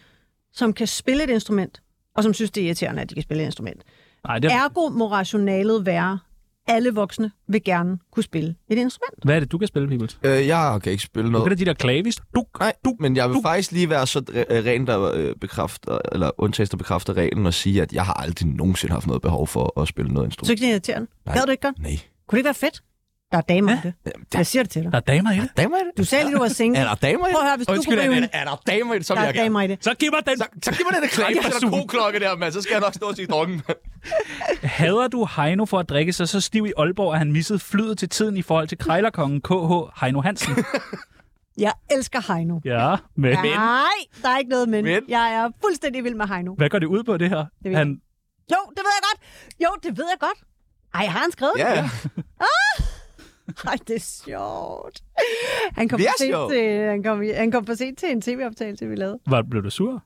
Speaker 3: som kan spille et instrument, og som synes, det er irriterende, at de kan spille et instrument.
Speaker 4: Nej, det er...
Speaker 3: Ergo må rationalet være, alle voksne vil gerne kunne spille et instrument.
Speaker 4: Hvad er det, du kan spille, Pibels?
Speaker 1: Øh, jeg kan ikke spille
Speaker 4: Du
Speaker 1: noget.
Speaker 4: kan da de der klavis. Du,
Speaker 1: Nej,
Speaker 4: du.
Speaker 1: men jeg vil
Speaker 4: du.
Speaker 1: faktisk lige være så øh, ren, der øh, bekræfter, eller undtages, der bekræfter reglen og sige, at jeg har aldrig nogensinde haft noget behov for at spille noget
Speaker 3: Så
Speaker 1: instrument.
Speaker 3: ikke det er irriterende.
Speaker 1: Nej.
Speaker 3: Gad du ikke godt?
Speaker 1: Nej.
Speaker 3: Kunne det ikke være fedt? Der er damer ja. det.
Speaker 1: Jamen, der,
Speaker 3: Jeg siger det til dig.
Speaker 4: Der er damer i det.
Speaker 1: damer i det.
Speaker 3: Du sagde lige, du var single.
Speaker 1: Er der damer i det?
Speaker 3: Prøv at høre, hvis du
Speaker 1: Undskyld,
Speaker 3: kunne
Speaker 1: er,
Speaker 3: ryge
Speaker 1: der- er der damer i det, så vil
Speaker 3: Der
Speaker 1: jeg
Speaker 3: er
Speaker 1: gerne.
Speaker 3: damer i det.
Speaker 4: Så giv mig den.
Speaker 1: Så, så giv mig den der klage,
Speaker 4: Ej,
Speaker 1: der
Speaker 4: person.
Speaker 1: er klokke der, mand. Så skal jeg nok stå og sige drukken.
Speaker 4: Hader du Heino for at drikke sig så stiv i Aalborg, at han missede flyet til tiden i forhold til krejlerkongen KH Heino Hansen?
Speaker 3: Jeg elsker Heino.
Speaker 4: ja, men
Speaker 3: Nej, der er ikke noget men.
Speaker 1: Men.
Speaker 3: men. Jeg er fuldstændig vild med Heino.
Speaker 4: hvad går det ud på, det her?
Speaker 3: ved jeg
Speaker 4: Han,
Speaker 3: Jo, det ved jeg godt. Jo, det ved jeg godt. Ej, har han skrevet
Speaker 1: Ja,
Speaker 3: det?
Speaker 1: ja.
Speaker 3: Ej, det er sjovt. Han kom,
Speaker 1: Det
Speaker 3: for
Speaker 1: er
Speaker 3: sent
Speaker 1: sjovt.
Speaker 3: til, han, kom, han kom for sent til en tv-optagelse, vi lavede.
Speaker 4: var, blev du sur?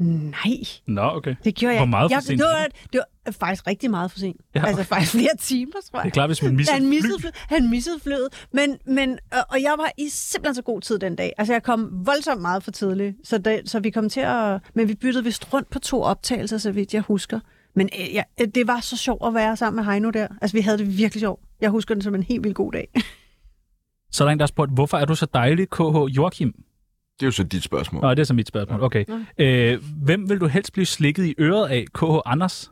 Speaker 3: Nej,
Speaker 4: Nå, okay.
Speaker 3: det gjorde jeg
Speaker 4: Hvor meget
Speaker 3: ikke.
Speaker 4: for
Speaker 3: jeg,
Speaker 4: sent?
Speaker 3: Det var, det var faktisk rigtig meget for sent.
Speaker 4: Ja,
Speaker 3: Ja, okay. Altså faktisk flere timer, tror jeg.
Speaker 4: Det er klart, hvis man misser
Speaker 3: han
Speaker 4: et
Speaker 3: missede,
Speaker 4: fly.
Speaker 3: flyet. han missede flyet. Men, men, og, og jeg var i simpelthen så god tid den dag. Altså, jeg kom voldsomt meget for tidligt. Så, det, så vi kom til at... Men vi byttede vist rundt på to optagelser, så vidt jeg husker. Men øh, ja, øh, det var så sjovt at være sammen med Heino der. Altså, vi havde det virkelig sjovt. Jeg husker den som en helt vildt god dag.
Speaker 4: Så er der en, der har spurgt, hvorfor er du så dejlig, KH Joachim?
Speaker 1: Det er jo så dit spørgsmål.
Speaker 4: Nå, det er så mit spørgsmål. Okay. Øh, hvem vil du helst blive slikket i øret af, KH Anders?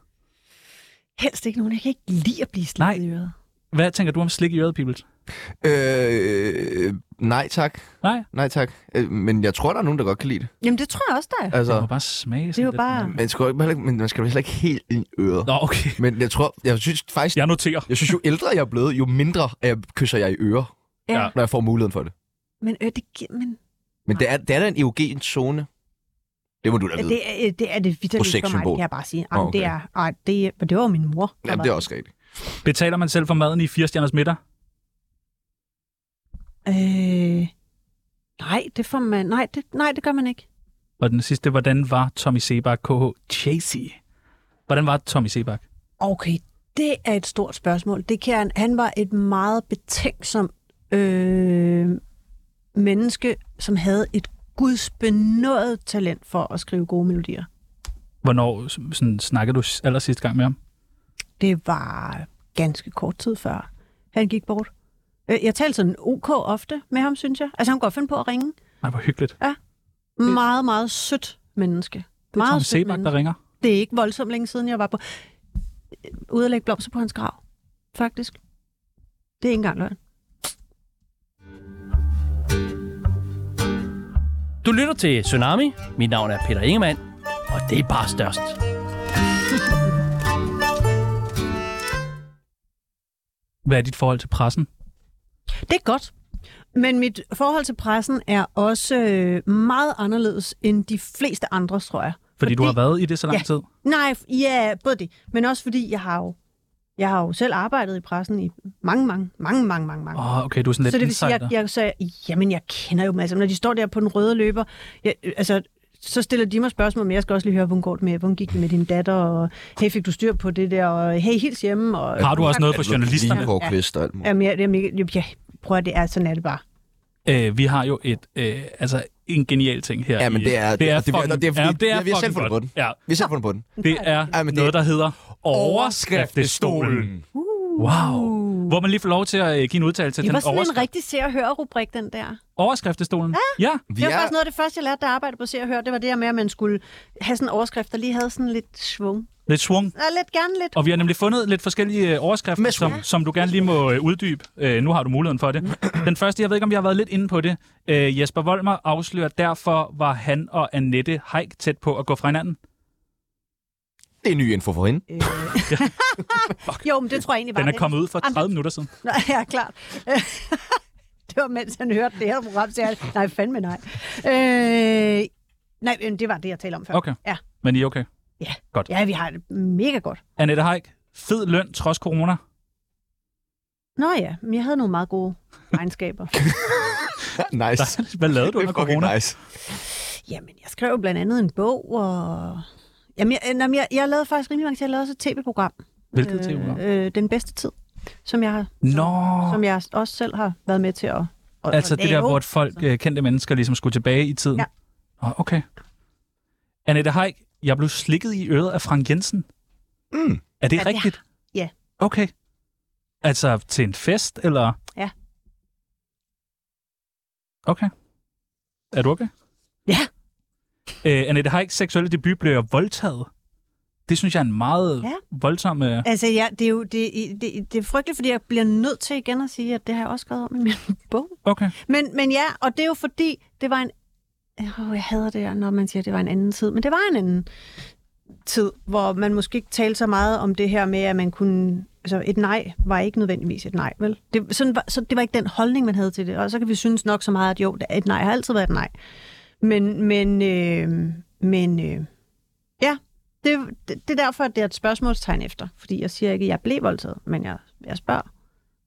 Speaker 3: Helst ikke nogen. Jeg kan ikke lide at blive
Speaker 4: Nej.
Speaker 3: slikket i øret.
Speaker 4: Hvad tænker du om slik i øret, Pibels?
Speaker 1: Øh, nej tak.
Speaker 4: Nej,
Speaker 1: Nej tak. Øh, men jeg tror, der er nogen, der godt kan lide det.
Speaker 3: Jamen, det tror jeg også, der er.
Speaker 4: det må
Speaker 1: Altså,
Speaker 4: bare smage.
Speaker 3: Det er jo
Speaker 4: sådan lidt.
Speaker 3: bare...
Speaker 1: man skal, jo ikke, men man skal jo heller ikke helt ind i øret.
Speaker 4: Nå, okay.
Speaker 1: Men jeg tror, jeg synes faktisk,
Speaker 4: Jeg noterer.
Speaker 1: jeg synes, jo ældre jeg er blevet, jo mindre jeg kysser jeg i ører,
Speaker 4: Ja.
Speaker 3: Ja.
Speaker 1: når jeg får muligheden for det.
Speaker 3: Men, øh, det, gi- men
Speaker 1: Men det er, det er da en erogen zone. Det må du da vide.
Speaker 3: det, er, øh, det er det vitterligt for mig,
Speaker 1: Projektsymbol.
Speaker 3: det kan jeg bare sige.
Speaker 1: Nå,
Speaker 3: Ej, okay. det,
Speaker 1: okay.
Speaker 3: er, ej, det, er- det var jo min mor. der
Speaker 1: Jamen,
Speaker 3: var
Speaker 1: det er også rigtigt.
Speaker 4: Betaler man selv for maden i 4 stjerners middag?
Speaker 3: Øh, nej, det får man, nej, det, nej, det gør man ikke.
Speaker 4: Og den sidste, hvordan var Tommy Sebak, KH Chasey? Hvordan var Tommy Sebak?
Speaker 3: Okay, det er et stort spørgsmål. Det kan, han var et meget betænksomt øh, menneske, som havde et gudsbenået talent for at skrive gode melodier.
Speaker 4: Hvornår s- sådan, snakkede du s- allersidste gang med ham?
Speaker 3: Det var ganske kort tid før han gik bort. Øh, Jeg talte sådan ok ofte med ham, synes jeg. Altså, han kunne godt finde på at ringe.
Speaker 4: Nej, hvor hyggeligt.
Speaker 3: Meget, meget sødt menneske.
Speaker 4: Det er Tom Sebak, der ringer.
Speaker 3: Det er ikke voldsomt længe siden, jeg var på... øh, Ude at lægge blomster på hans grav, faktisk. Det er ikke engang løgn.
Speaker 11: Du lytter til Tsunami. Mit navn er Peter Ingemann, og det er bare størst.
Speaker 4: Hvad er dit forhold til pressen?
Speaker 3: Det er godt. Men mit forhold til pressen er også øh, meget anderledes end de fleste andre, tror jeg.
Speaker 4: Fordi, Fordi du har været i det så lang
Speaker 3: ja.
Speaker 4: tid.
Speaker 3: Nej, f- ja, både det. Men også fordi, jeg har jo, jeg har jo selv arbejdet i pressen i mange, mange, mange, mange, mange, mange
Speaker 4: Åh, oh, okay, du er sådan lidt
Speaker 3: så det vil sige,
Speaker 4: insider.
Speaker 3: jeg, jeg sagde, jamen jeg kender jo dem, altså når de står der på den røde løber, jeg, øh, altså så stiller de mig spørgsmål, men jeg skal også lige høre, hvordan går det med, hvordan gik det med din datter, og hey, fik du styr på det der, og hey, hils hjemme. Og,
Speaker 4: Har du også noget for journalisterne?
Speaker 3: Ja,
Speaker 1: Vilkår,
Speaker 3: ja.
Speaker 1: kvist og alt muligt.
Speaker 3: Jamen, jeg, jeg, jeg, jeg, prøv at det er, sådan er det bare.
Speaker 4: Øh, vi har jo et, øh, altså en genial ting her.
Speaker 1: Ja, men
Speaker 4: i-
Speaker 1: det er-
Speaker 4: det er
Speaker 1: og det- og
Speaker 4: fucking,
Speaker 1: det er fordi-
Speaker 4: ja, det er
Speaker 1: ja, vi har selv
Speaker 4: fucking
Speaker 1: fundet
Speaker 4: godt.
Speaker 1: på den.
Speaker 4: Ja,
Speaker 1: Vi sætter fundet på den.
Speaker 4: det er
Speaker 1: Ja, men det-
Speaker 4: noget, der hedder overskriftestolen. Wow. Hvor man lige får lov til at øh, give en udtalelse til
Speaker 3: Det var
Speaker 4: den
Speaker 3: sådan en
Speaker 4: overskrift.
Speaker 3: rigtig se og høre rubrik, den der.
Speaker 4: overskriftestolen. Ja. ja.
Speaker 1: Vi
Speaker 3: Det var
Speaker 1: er,
Speaker 3: faktisk noget af det første, jeg lærte, der arbejde på se og høre, det var det her med, at man skulle have sådan en overskrift, der lige havde sådan lidt svung.
Speaker 4: Lidt swung.
Speaker 3: Ja, lidt, gerne lidt.
Speaker 4: Og vi har nemlig fundet lidt forskellige øh, overskrifter,
Speaker 1: Med
Speaker 4: som, som du gerne lige må øh, uddybe. Øh, nu har du muligheden for det. Den første, jeg ved ikke, om vi har været lidt inde på det. Øh, Jesper Volmer afslører, derfor var han og Annette Heik tæt på at gå fra hinanden.
Speaker 1: det er ny info for hende.
Speaker 3: Jo, men det tror jeg egentlig var
Speaker 4: Den er
Speaker 3: det.
Speaker 4: kommet ud for
Speaker 3: Jamen,
Speaker 4: 30 minutter siden.
Speaker 3: Nej, ja, klart. det var, mens han hørte det her program, så jeg, nej, fandme nej. Øh, nej, men det var det, jeg talte om før.
Speaker 4: Okay.
Speaker 3: Ja.
Speaker 4: Men I er okay.
Speaker 3: Ja, vi har det mega godt.
Speaker 4: Annette Heik, fed løn trods corona.
Speaker 3: Nå ja, men jeg havde nogle meget gode egenskaber.
Speaker 1: Nice.
Speaker 4: Dejligt. Hvad lavede du
Speaker 1: Det
Speaker 4: under
Speaker 1: er fucking
Speaker 4: corona?
Speaker 1: nice.
Speaker 3: Jamen, jeg skrev jo blandt andet en bog, og... Jamen, jeg, jamen, jeg, jeg lavede faktisk rimelig mange ting. Jeg lavede også et tv-program.
Speaker 4: Hvilket tv-program?
Speaker 3: Øh, øh, den bedste tid, som jeg, har,
Speaker 4: Nå,
Speaker 3: som jeg også selv har været med til at, at
Speaker 4: altså
Speaker 3: at
Speaker 4: det der,
Speaker 3: lave.
Speaker 4: hvor et folk, øh, kendte mennesker, ligesom skulle tilbage i tiden.
Speaker 3: Ja.
Speaker 4: Nå, okay. Annette Heik, jeg blev slikket i øret af Frank Jensen.
Speaker 1: Mm.
Speaker 4: Er det
Speaker 3: Ja, det
Speaker 4: rigtigt?
Speaker 3: Ja.
Speaker 4: Okay. Altså til en fest, eller?
Speaker 3: Ja.
Speaker 4: Okay. Er du okay?
Speaker 3: Ja.
Speaker 4: Øh, Annette Heiks seksuelle debut blev jeg voldtaget. Det synes jeg er en meget
Speaker 3: Ja.
Speaker 4: voldsom... Øh,
Speaker 3: Altså, ja, det er jo det, det, det er frygteligt, fordi jeg bliver nødt til igen at sige, at det har jeg også skrevet om i min bog.
Speaker 4: okay.
Speaker 3: Men, men ja, og det er jo fordi, det var en... Oh, jeg hader det her, når man siger, at det var en anden tid. Men det var en anden tid, hvor man måske ikke talte så meget om det her med, at man kunne... Altså, et nej var ikke nødvendigvis et nej, vel? Det, sådan var, så det var ikke den holdning, man havde til det. Og så kan vi synes nok så meget, at jo, et nej har altid været et nej. Men, men, øh, men øh, ja, det, det, det er derfor, at det er et spørgsmålstegn efter. Fordi jeg siger ikke, at jeg blev voldtaget, men jeg, jeg spørger.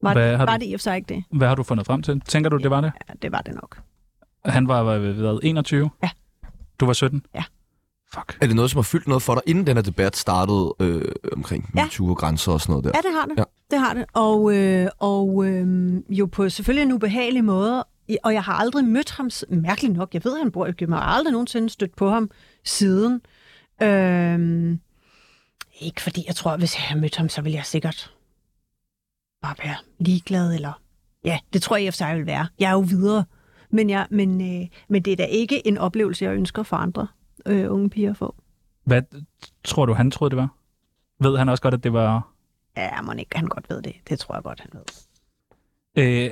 Speaker 3: Var,
Speaker 4: Hvad
Speaker 3: det,
Speaker 4: har du-
Speaker 3: var det i og for sig ikke det?
Speaker 4: Hvad har du fundet frem til? Tænker du, det var det?
Speaker 3: Ja, det var det nok.
Speaker 4: Han var, var været 21?
Speaker 3: Ja.
Speaker 4: Du var 17?
Speaker 3: Ja.
Speaker 4: Fuck.
Speaker 1: Er det noget, som har fyldt noget for dig, inden den her debat startede øh, omkring
Speaker 3: Ja.
Speaker 1: ja. og grænser og sådan noget der?
Speaker 3: Ja, det har det.
Speaker 1: Ja.
Speaker 3: Ja. Det har det. Og, øh, og øh, jo på selvfølgelig en ubehagelig måde. I- Og jeg har aldrig mødt ham, s- mærkeligt nok. Jeg ved, han bor i København. Jeg har aldrig nogensinde stødt på ham siden. Øh, ikke fordi, jeg tror, hvis jeg havde mødt ham, så ville jeg sikkert bare være ligeglad. Eller... Ja, det tror jeg i og for sig, jeg vil være. Jeg er jo videre. Men, jeg, men, øh, men det er da ikke en oplevelse, jeg ønsker for andre øh, unge piger at få.
Speaker 4: Hvad tror du, han troede, det var? Ved han også godt, at det var...
Speaker 3: Ja, må ikke, han godt ved det. Det tror jeg godt, han ved.
Speaker 4: Øh,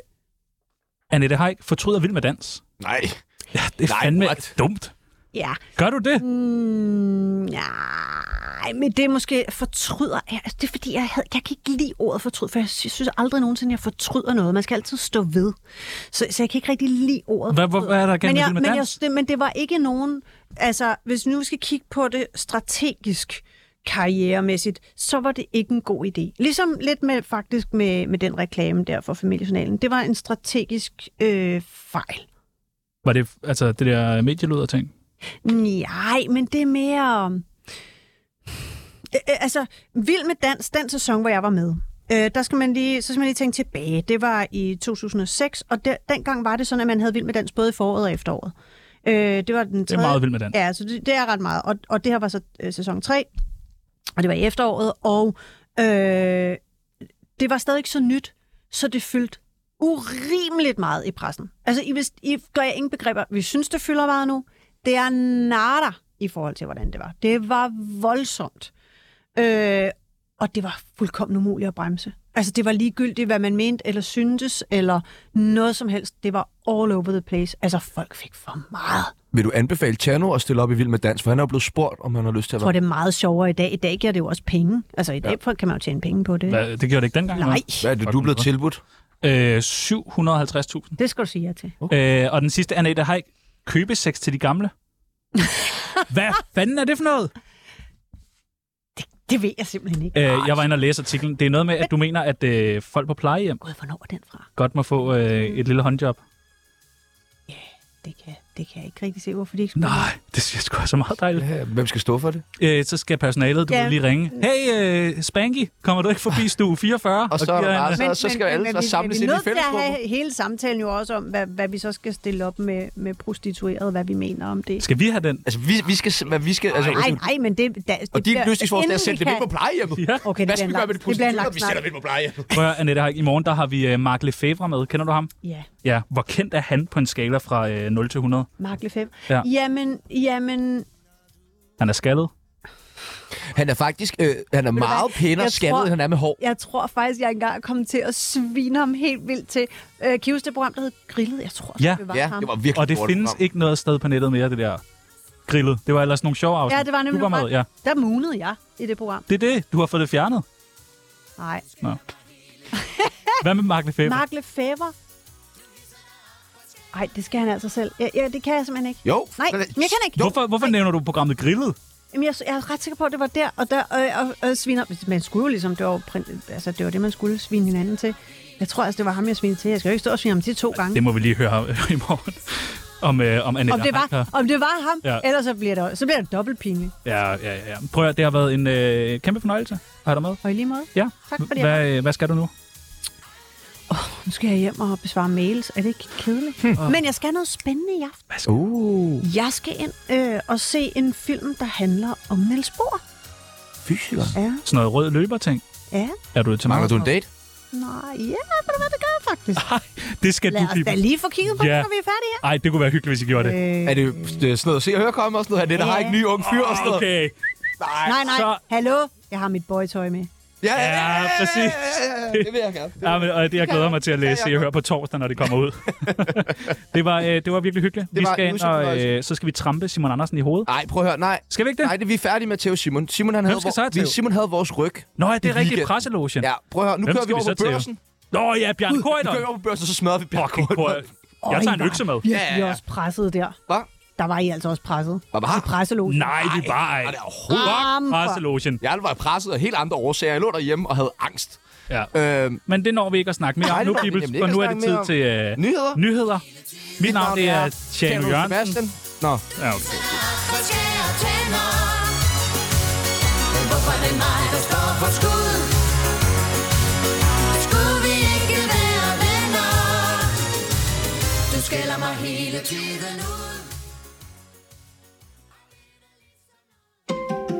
Speaker 4: Annette Heik fortryder vild med dans.
Speaker 1: Nej.
Speaker 4: Ja, det er
Speaker 1: Nej,
Speaker 4: fandme
Speaker 1: what?
Speaker 4: dumt.
Speaker 3: Ja,
Speaker 4: Gør du det?
Speaker 3: Mm, nej, men det er måske fortryder. Ja, altså, det er fordi, jeg, havde, jeg kan ikke lide ordet fortryd, for jeg sy- synes aldrig nogensinde, jeg fortryder noget. Man skal altid stå ved. Så, så jeg kan ikke rigtig lide ordet
Speaker 4: Hvad- hvor-
Speaker 3: fortryder.
Speaker 4: hvad er der
Speaker 3: men
Speaker 4: galt med
Speaker 3: jeg,
Speaker 4: Vild med
Speaker 3: men, jeg,
Speaker 4: Dans?
Speaker 3: det, men det var ikke nogen... Altså, hvis nu vi skal kigge på det strategisk karrieremæssigt, så var det ikke en god idé. Ligesom lidt med, faktisk med, med den reklame der for familiejournalen. Det var en strategisk øh, fejl.
Speaker 4: Var det altså det der medielyder ting?
Speaker 3: Nej, men det er mere... Øh, øh, Altså, Vild med Dans, den sæson, hvor jeg var med, øh, der skal man lige, så skal man lige tænke tilbage. Det var i 2006, og der, dengang var det sådan, at man havde Vild med Dans både i foråret og efteråret. Øh, det var den
Speaker 4: er
Speaker 3: tredje...
Speaker 4: meget Vild med Dans.
Speaker 3: Ja, så det, det er ret meget. Og, og det her var så øh, sæson 3, og det var i efteråret, og øh, det var stadig ikke så nyt, så det fyldte urimeligt meget i pressen. Altså, I, hvis, I gør jeg ingen begreber. Vi synes, det fylder meget nu. Det er nada i forhold til, hvordan det var. Det var voldsomt. Øh, og det var fuldkommen umuligt at bremse. Altså, det var ligegyldigt, hvad man mente, eller syntes, eller noget som helst. Det var all over the place. Altså, folk fik for meget.
Speaker 1: Vil du anbefale Tjerno at stille op i Vild med Dans? For han er jo blevet spurgt, om han har lyst til at
Speaker 3: Jeg tror,
Speaker 1: være...
Speaker 3: det er meget sjovere i dag. I dag giver det jo også penge. Altså, i dag ja. kan man jo tjene penge på det.
Speaker 4: Hvad, det gjorde det ikke dengang?
Speaker 3: Nej.
Speaker 1: Hvad er det, du er blevet tilbudt?
Speaker 4: Øh, 750.000.
Speaker 3: Det skal du sige ja til.
Speaker 1: Uh.
Speaker 4: Okay. Øh, og den sidste, Anette, har ikke købesex til de gamle? Hvad fanden er det for noget?
Speaker 3: Det ved jeg simpelthen ikke.
Speaker 4: Øh, jeg var inde og læse artiklen. Det er noget med, at du mener, at øh, folk på plejehjem
Speaker 3: Gud, hvornår er den fra?
Speaker 4: godt må få øh, et lille håndjob.
Speaker 3: Det kan, det kan jeg ikke rigtig se, hvorfor de ikke skulle.
Speaker 4: Nej, det synes jeg sgu også er meget dejligt.
Speaker 1: Ja, hvem skal stå for det?
Speaker 4: Øh, så skal personalet, du
Speaker 3: Ja.
Speaker 4: ja. lige ringe. Hey, øh, Spanky, kommer du ikke forbi stue 44?
Speaker 1: Og så er der
Speaker 4: giver en-
Speaker 1: bare- så skal alle
Speaker 3: men
Speaker 1: så
Speaker 3: vi-
Speaker 1: samles ind
Speaker 3: men
Speaker 1: i
Speaker 3: Vi er nødt til at
Speaker 1: fællesgruppen.
Speaker 3: have hele samtalen jo også om, hvad, hvad vi så skal stille op med, med prostituerede, hvad vi mener om det.
Speaker 4: øh, Skal vi have den?
Speaker 1: Altså, vi, vi skal... s- Hvad vi skal altså,
Speaker 3: Nej, nej, men det... Da, det
Speaker 1: Og dit
Speaker 3: bliver-
Speaker 1: løsningsforslag er at
Speaker 3: inden
Speaker 1: sende
Speaker 3: vi
Speaker 1: dem ind
Speaker 3: kan-
Speaker 1: på plejehjemmet.
Speaker 4: Ja.
Speaker 3: Okay, det
Speaker 1: Hvad
Speaker 3: bliver
Speaker 1: skal
Speaker 3: en
Speaker 1: vi
Speaker 3: lang
Speaker 1: gøre med de
Speaker 3: snak. Det bliver
Speaker 1: prostituerede?
Speaker 3: en lang
Speaker 1: Vi sender
Speaker 3: snak.
Speaker 1: dem ind på plejehjemmet.
Speaker 4: Prøv at høre, Annette Haik. I morgen der har vi øh, Mark Lefebvre med. Kender du ham?
Speaker 3: Ja,
Speaker 4: Ja. Hvor kendt er han på en skala fra øh, 0 til 100?
Speaker 3: Mark Lefebvre.
Speaker 4: Ja.
Speaker 3: Jamen, jamen...
Speaker 4: Han er skaldet.
Speaker 1: Han er faktisk øh, han er
Speaker 3: du
Speaker 1: meget
Speaker 3: hvad?
Speaker 1: pænere
Speaker 3: Jeg
Speaker 1: skaldet,
Speaker 3: tror-
Speaker 1: end han er med hår.
Speaker 3: Jeg tror faktisk, jeg engang kom til at svine ham helt vildt til øh, Kives, det program, der hed Grillet. Jeg tror,
Speaker 4: Ja.
Speaker 3: det var
Speaker 1: Ja,
Speaker 3: ham.
Speaker 1: det var virkelig
Speaker 4: Og det
Speaker 1: dårligt
Speaker 4: findes
Speaker 1: program.
Speaker 4: ikke noget sted på nettet mere, det der grillet. Det var ellers nogle sjove afsnit.
Speaker 3: Ja, det var nemlig
Speaker 4: du var
Speaker 3: nogle
Speaker 4: med, ja.
Speaker 3: Der munede jeg i det program.
Speaker 4: Det er det. Du har fået det fjernet.
Speaker 3: Nej.
Speaker 4: Nå. Hvad med Mark Lefebvre?
Speaker 3: Mark Lefebvre. Nej, det skal han altså selv. Ja, ja, det kan jeg simpelthen ikke.
Speaker 1: Jo.
Speaker 3: Nej, men jeg kan ikke.
Speaker 4: Hvorfor, hvorfor nævner du programmet Grillet?
Speaker 3: Jamen, jeg, jeg er ret sikker på, at det var der, og der øh, og, og, og sviner. Man skulle jo ligesom, det var, jo prin- altså, det var det, man skulle svine hinanden til. Jeg tror altså, det var ham, jeg svinede til. Jeg skal jo ikke stå og svine ham til to gange.
Speaker 4: Mm. Det må vi lige høre øh, i morgen. Om, øh, om Annette
Speaker 3: om, det
Speaker 4: Heick
Speaker 3: var,
Speaker 4: har-
Speaker 3: om det var ham, ja.
Speaker 4: Ja.
Speaker 3: ellers så bliver, det, så bliver det dobbelt pinligt.
Speaker 4: Ja, ja, ja. Prøv at høre, det har været en øh, kæmpe fornøjelse at have dig med.
Speaker 3: Og i lige måde,
Speaker 4: Ja.
Speaker 3: tak for det.
Speaker 4: Hvad, øh, hvad skal du nu?
Speaker 3: Nu skal jeg hjem og besvare mails. Er det ikke kedeligt?
Speaker 4: Hm.
Speaker 3: Men jeg skal have noget spændende i aften.
Speaker 1: Uh,
Speaker 3: Jeg skal ind øh, og se en film, der handler om Niels Bohr.
Speaker 1: fysiker.
Speaker 3: Ja,
Speaker 4: Sådan noget rød løberting.
Speaker 3: ja.
Speaker 4: Er du til
Speaker 1: Mangler
Speaker 4: mange?
Speaker 1: du en date?
Speaker 3: Nej, ja, ved du hvad, det gør jeg faktisk.
Speaker 4: Det skal
Speaker 3: Lad
Speaker 4: du
Speaker 3: os
Speaker 4: blive...
Speaker 3: da lige få kigget på,
Speaker 4: Ja.
Speaker 3: når vi er færdige her.
Speaker 4: Ej, det kunne være hyggeligt, hvis I gjorde det.
Speaker 3: Øh,
Speaker 1: Er det øh, sådan noget at se og høre komme og sådan noget? Annette
Speaker 3: Ja.
Speaker 1: har ikke ny ung fyr og sådan noget.
Speaker 4: Okay.
Speaker 3: nej, nej,
Speaker 4: så-
Speaker 3: hallo. Jeg har mit boytøj med.
Speaker 1: Ja, ja, ja,
Speaker 4: Ja, præcis.
Speaker 1: ja, ja, det vil jeg gerne.
Speaker 4: Ja, men, og det, jeg glæder mig til at læse. Jeg hører på torsdag, når det kommer ud. det, var, øh, det var virkelig hyggeligt.
Speaker 1: Det
Speaker 4: vi
Speaker 1: var
Speaker 4: skal
Speaker 1: en
Speaker 4: ind,
Speaker 1: udsøgt
Speaker 4: og
Speaker 1: fornøjelse.
Speaker 4: øh, så skal vi trampe Simon Andersen i hovedet.
Speaker 1: Nej, prøv at høre. Nej,
Speaker 4: Skal vi ikke det?
Speaker 1: nej, det, vi er færdige med Theo Simon. Simon, han havde,
Speaker 4: skal
Speaker 1: vor-
Speaker 4: så, Theo?
Speaker 1: vi- Simon havde vores ryg.
Speaker 4: Nå, ja, det er rigtigt.
Speaker 1: weekenden.
Speaker 4: Presselogen.
Speaker 1: Ja, prøv at høre. Nu
Speaker 4: Hvem
Speaker 1: kører vi
Speaker 4: skal vi
Speaker 1: over
Speaker 4: så
Speaker 1: på
Speaker 4: til?
Speaker 1: børsen.
Speaker 4: Nå ja, Bjørn
Speaker 1: Nu kører vi
Speaker 4: Korydon.
Speaker 1: over på børsen, og så smadrer vi
Speaker 4: Fucking
Speaker 1: Bjarke.
Speaker 4: Korydon. Jeg tager en økse med.
Speaker 3: Ja, ja,
Speaker 1: Ja,
Speaker 3: ja.
Speaker 1: ja.
Speaker 3: også presset der.
Speaker 1: Hvad?
Speaker 3: Der var I altså også presset.
Speaker 1: Hvad var?
Speaker 3: I presselogen.
Speaker 4: Nej, vi var ej.
Speaker 1: Nej, det er overhovedet
Speaker 3: Jamen, for-
Speaker 4: Presselogen.
Speaker 1: Jeg var presset af helt andre årsager. Jeg lå derhjemme og havde angst.
Speaker 4: Ja.
Speaker 1: Øhm,
Speaker 4: Men det når vi ikke at snakke mere
Speaker 1: Nej,
Speaker 4: om
Speaker 1: det
Speaker 4: nu,
Speaker 1: når vi
Speaker 4: Bibels,
Speaker 1: nemlig ikke
Speaker 4: for nu
Speaker 1: at
Speaker 4: er det tid
Speaker 1: snakke
Speaker 4: til øh,
Speaker 1: nyheder.
Speaker 4: nyheder. Mit navn det er Tjerno
Speaker 1: Tjerno
Speaker 4: Jørgensen.
Speaker 1: Sebastian. Nå,
Speaker 4: Ja, okay.
Speaker 9: Hvorfor er det mig, der står for skud? Skulle vi ikke være venner? Du skælder mig hele tiden ud.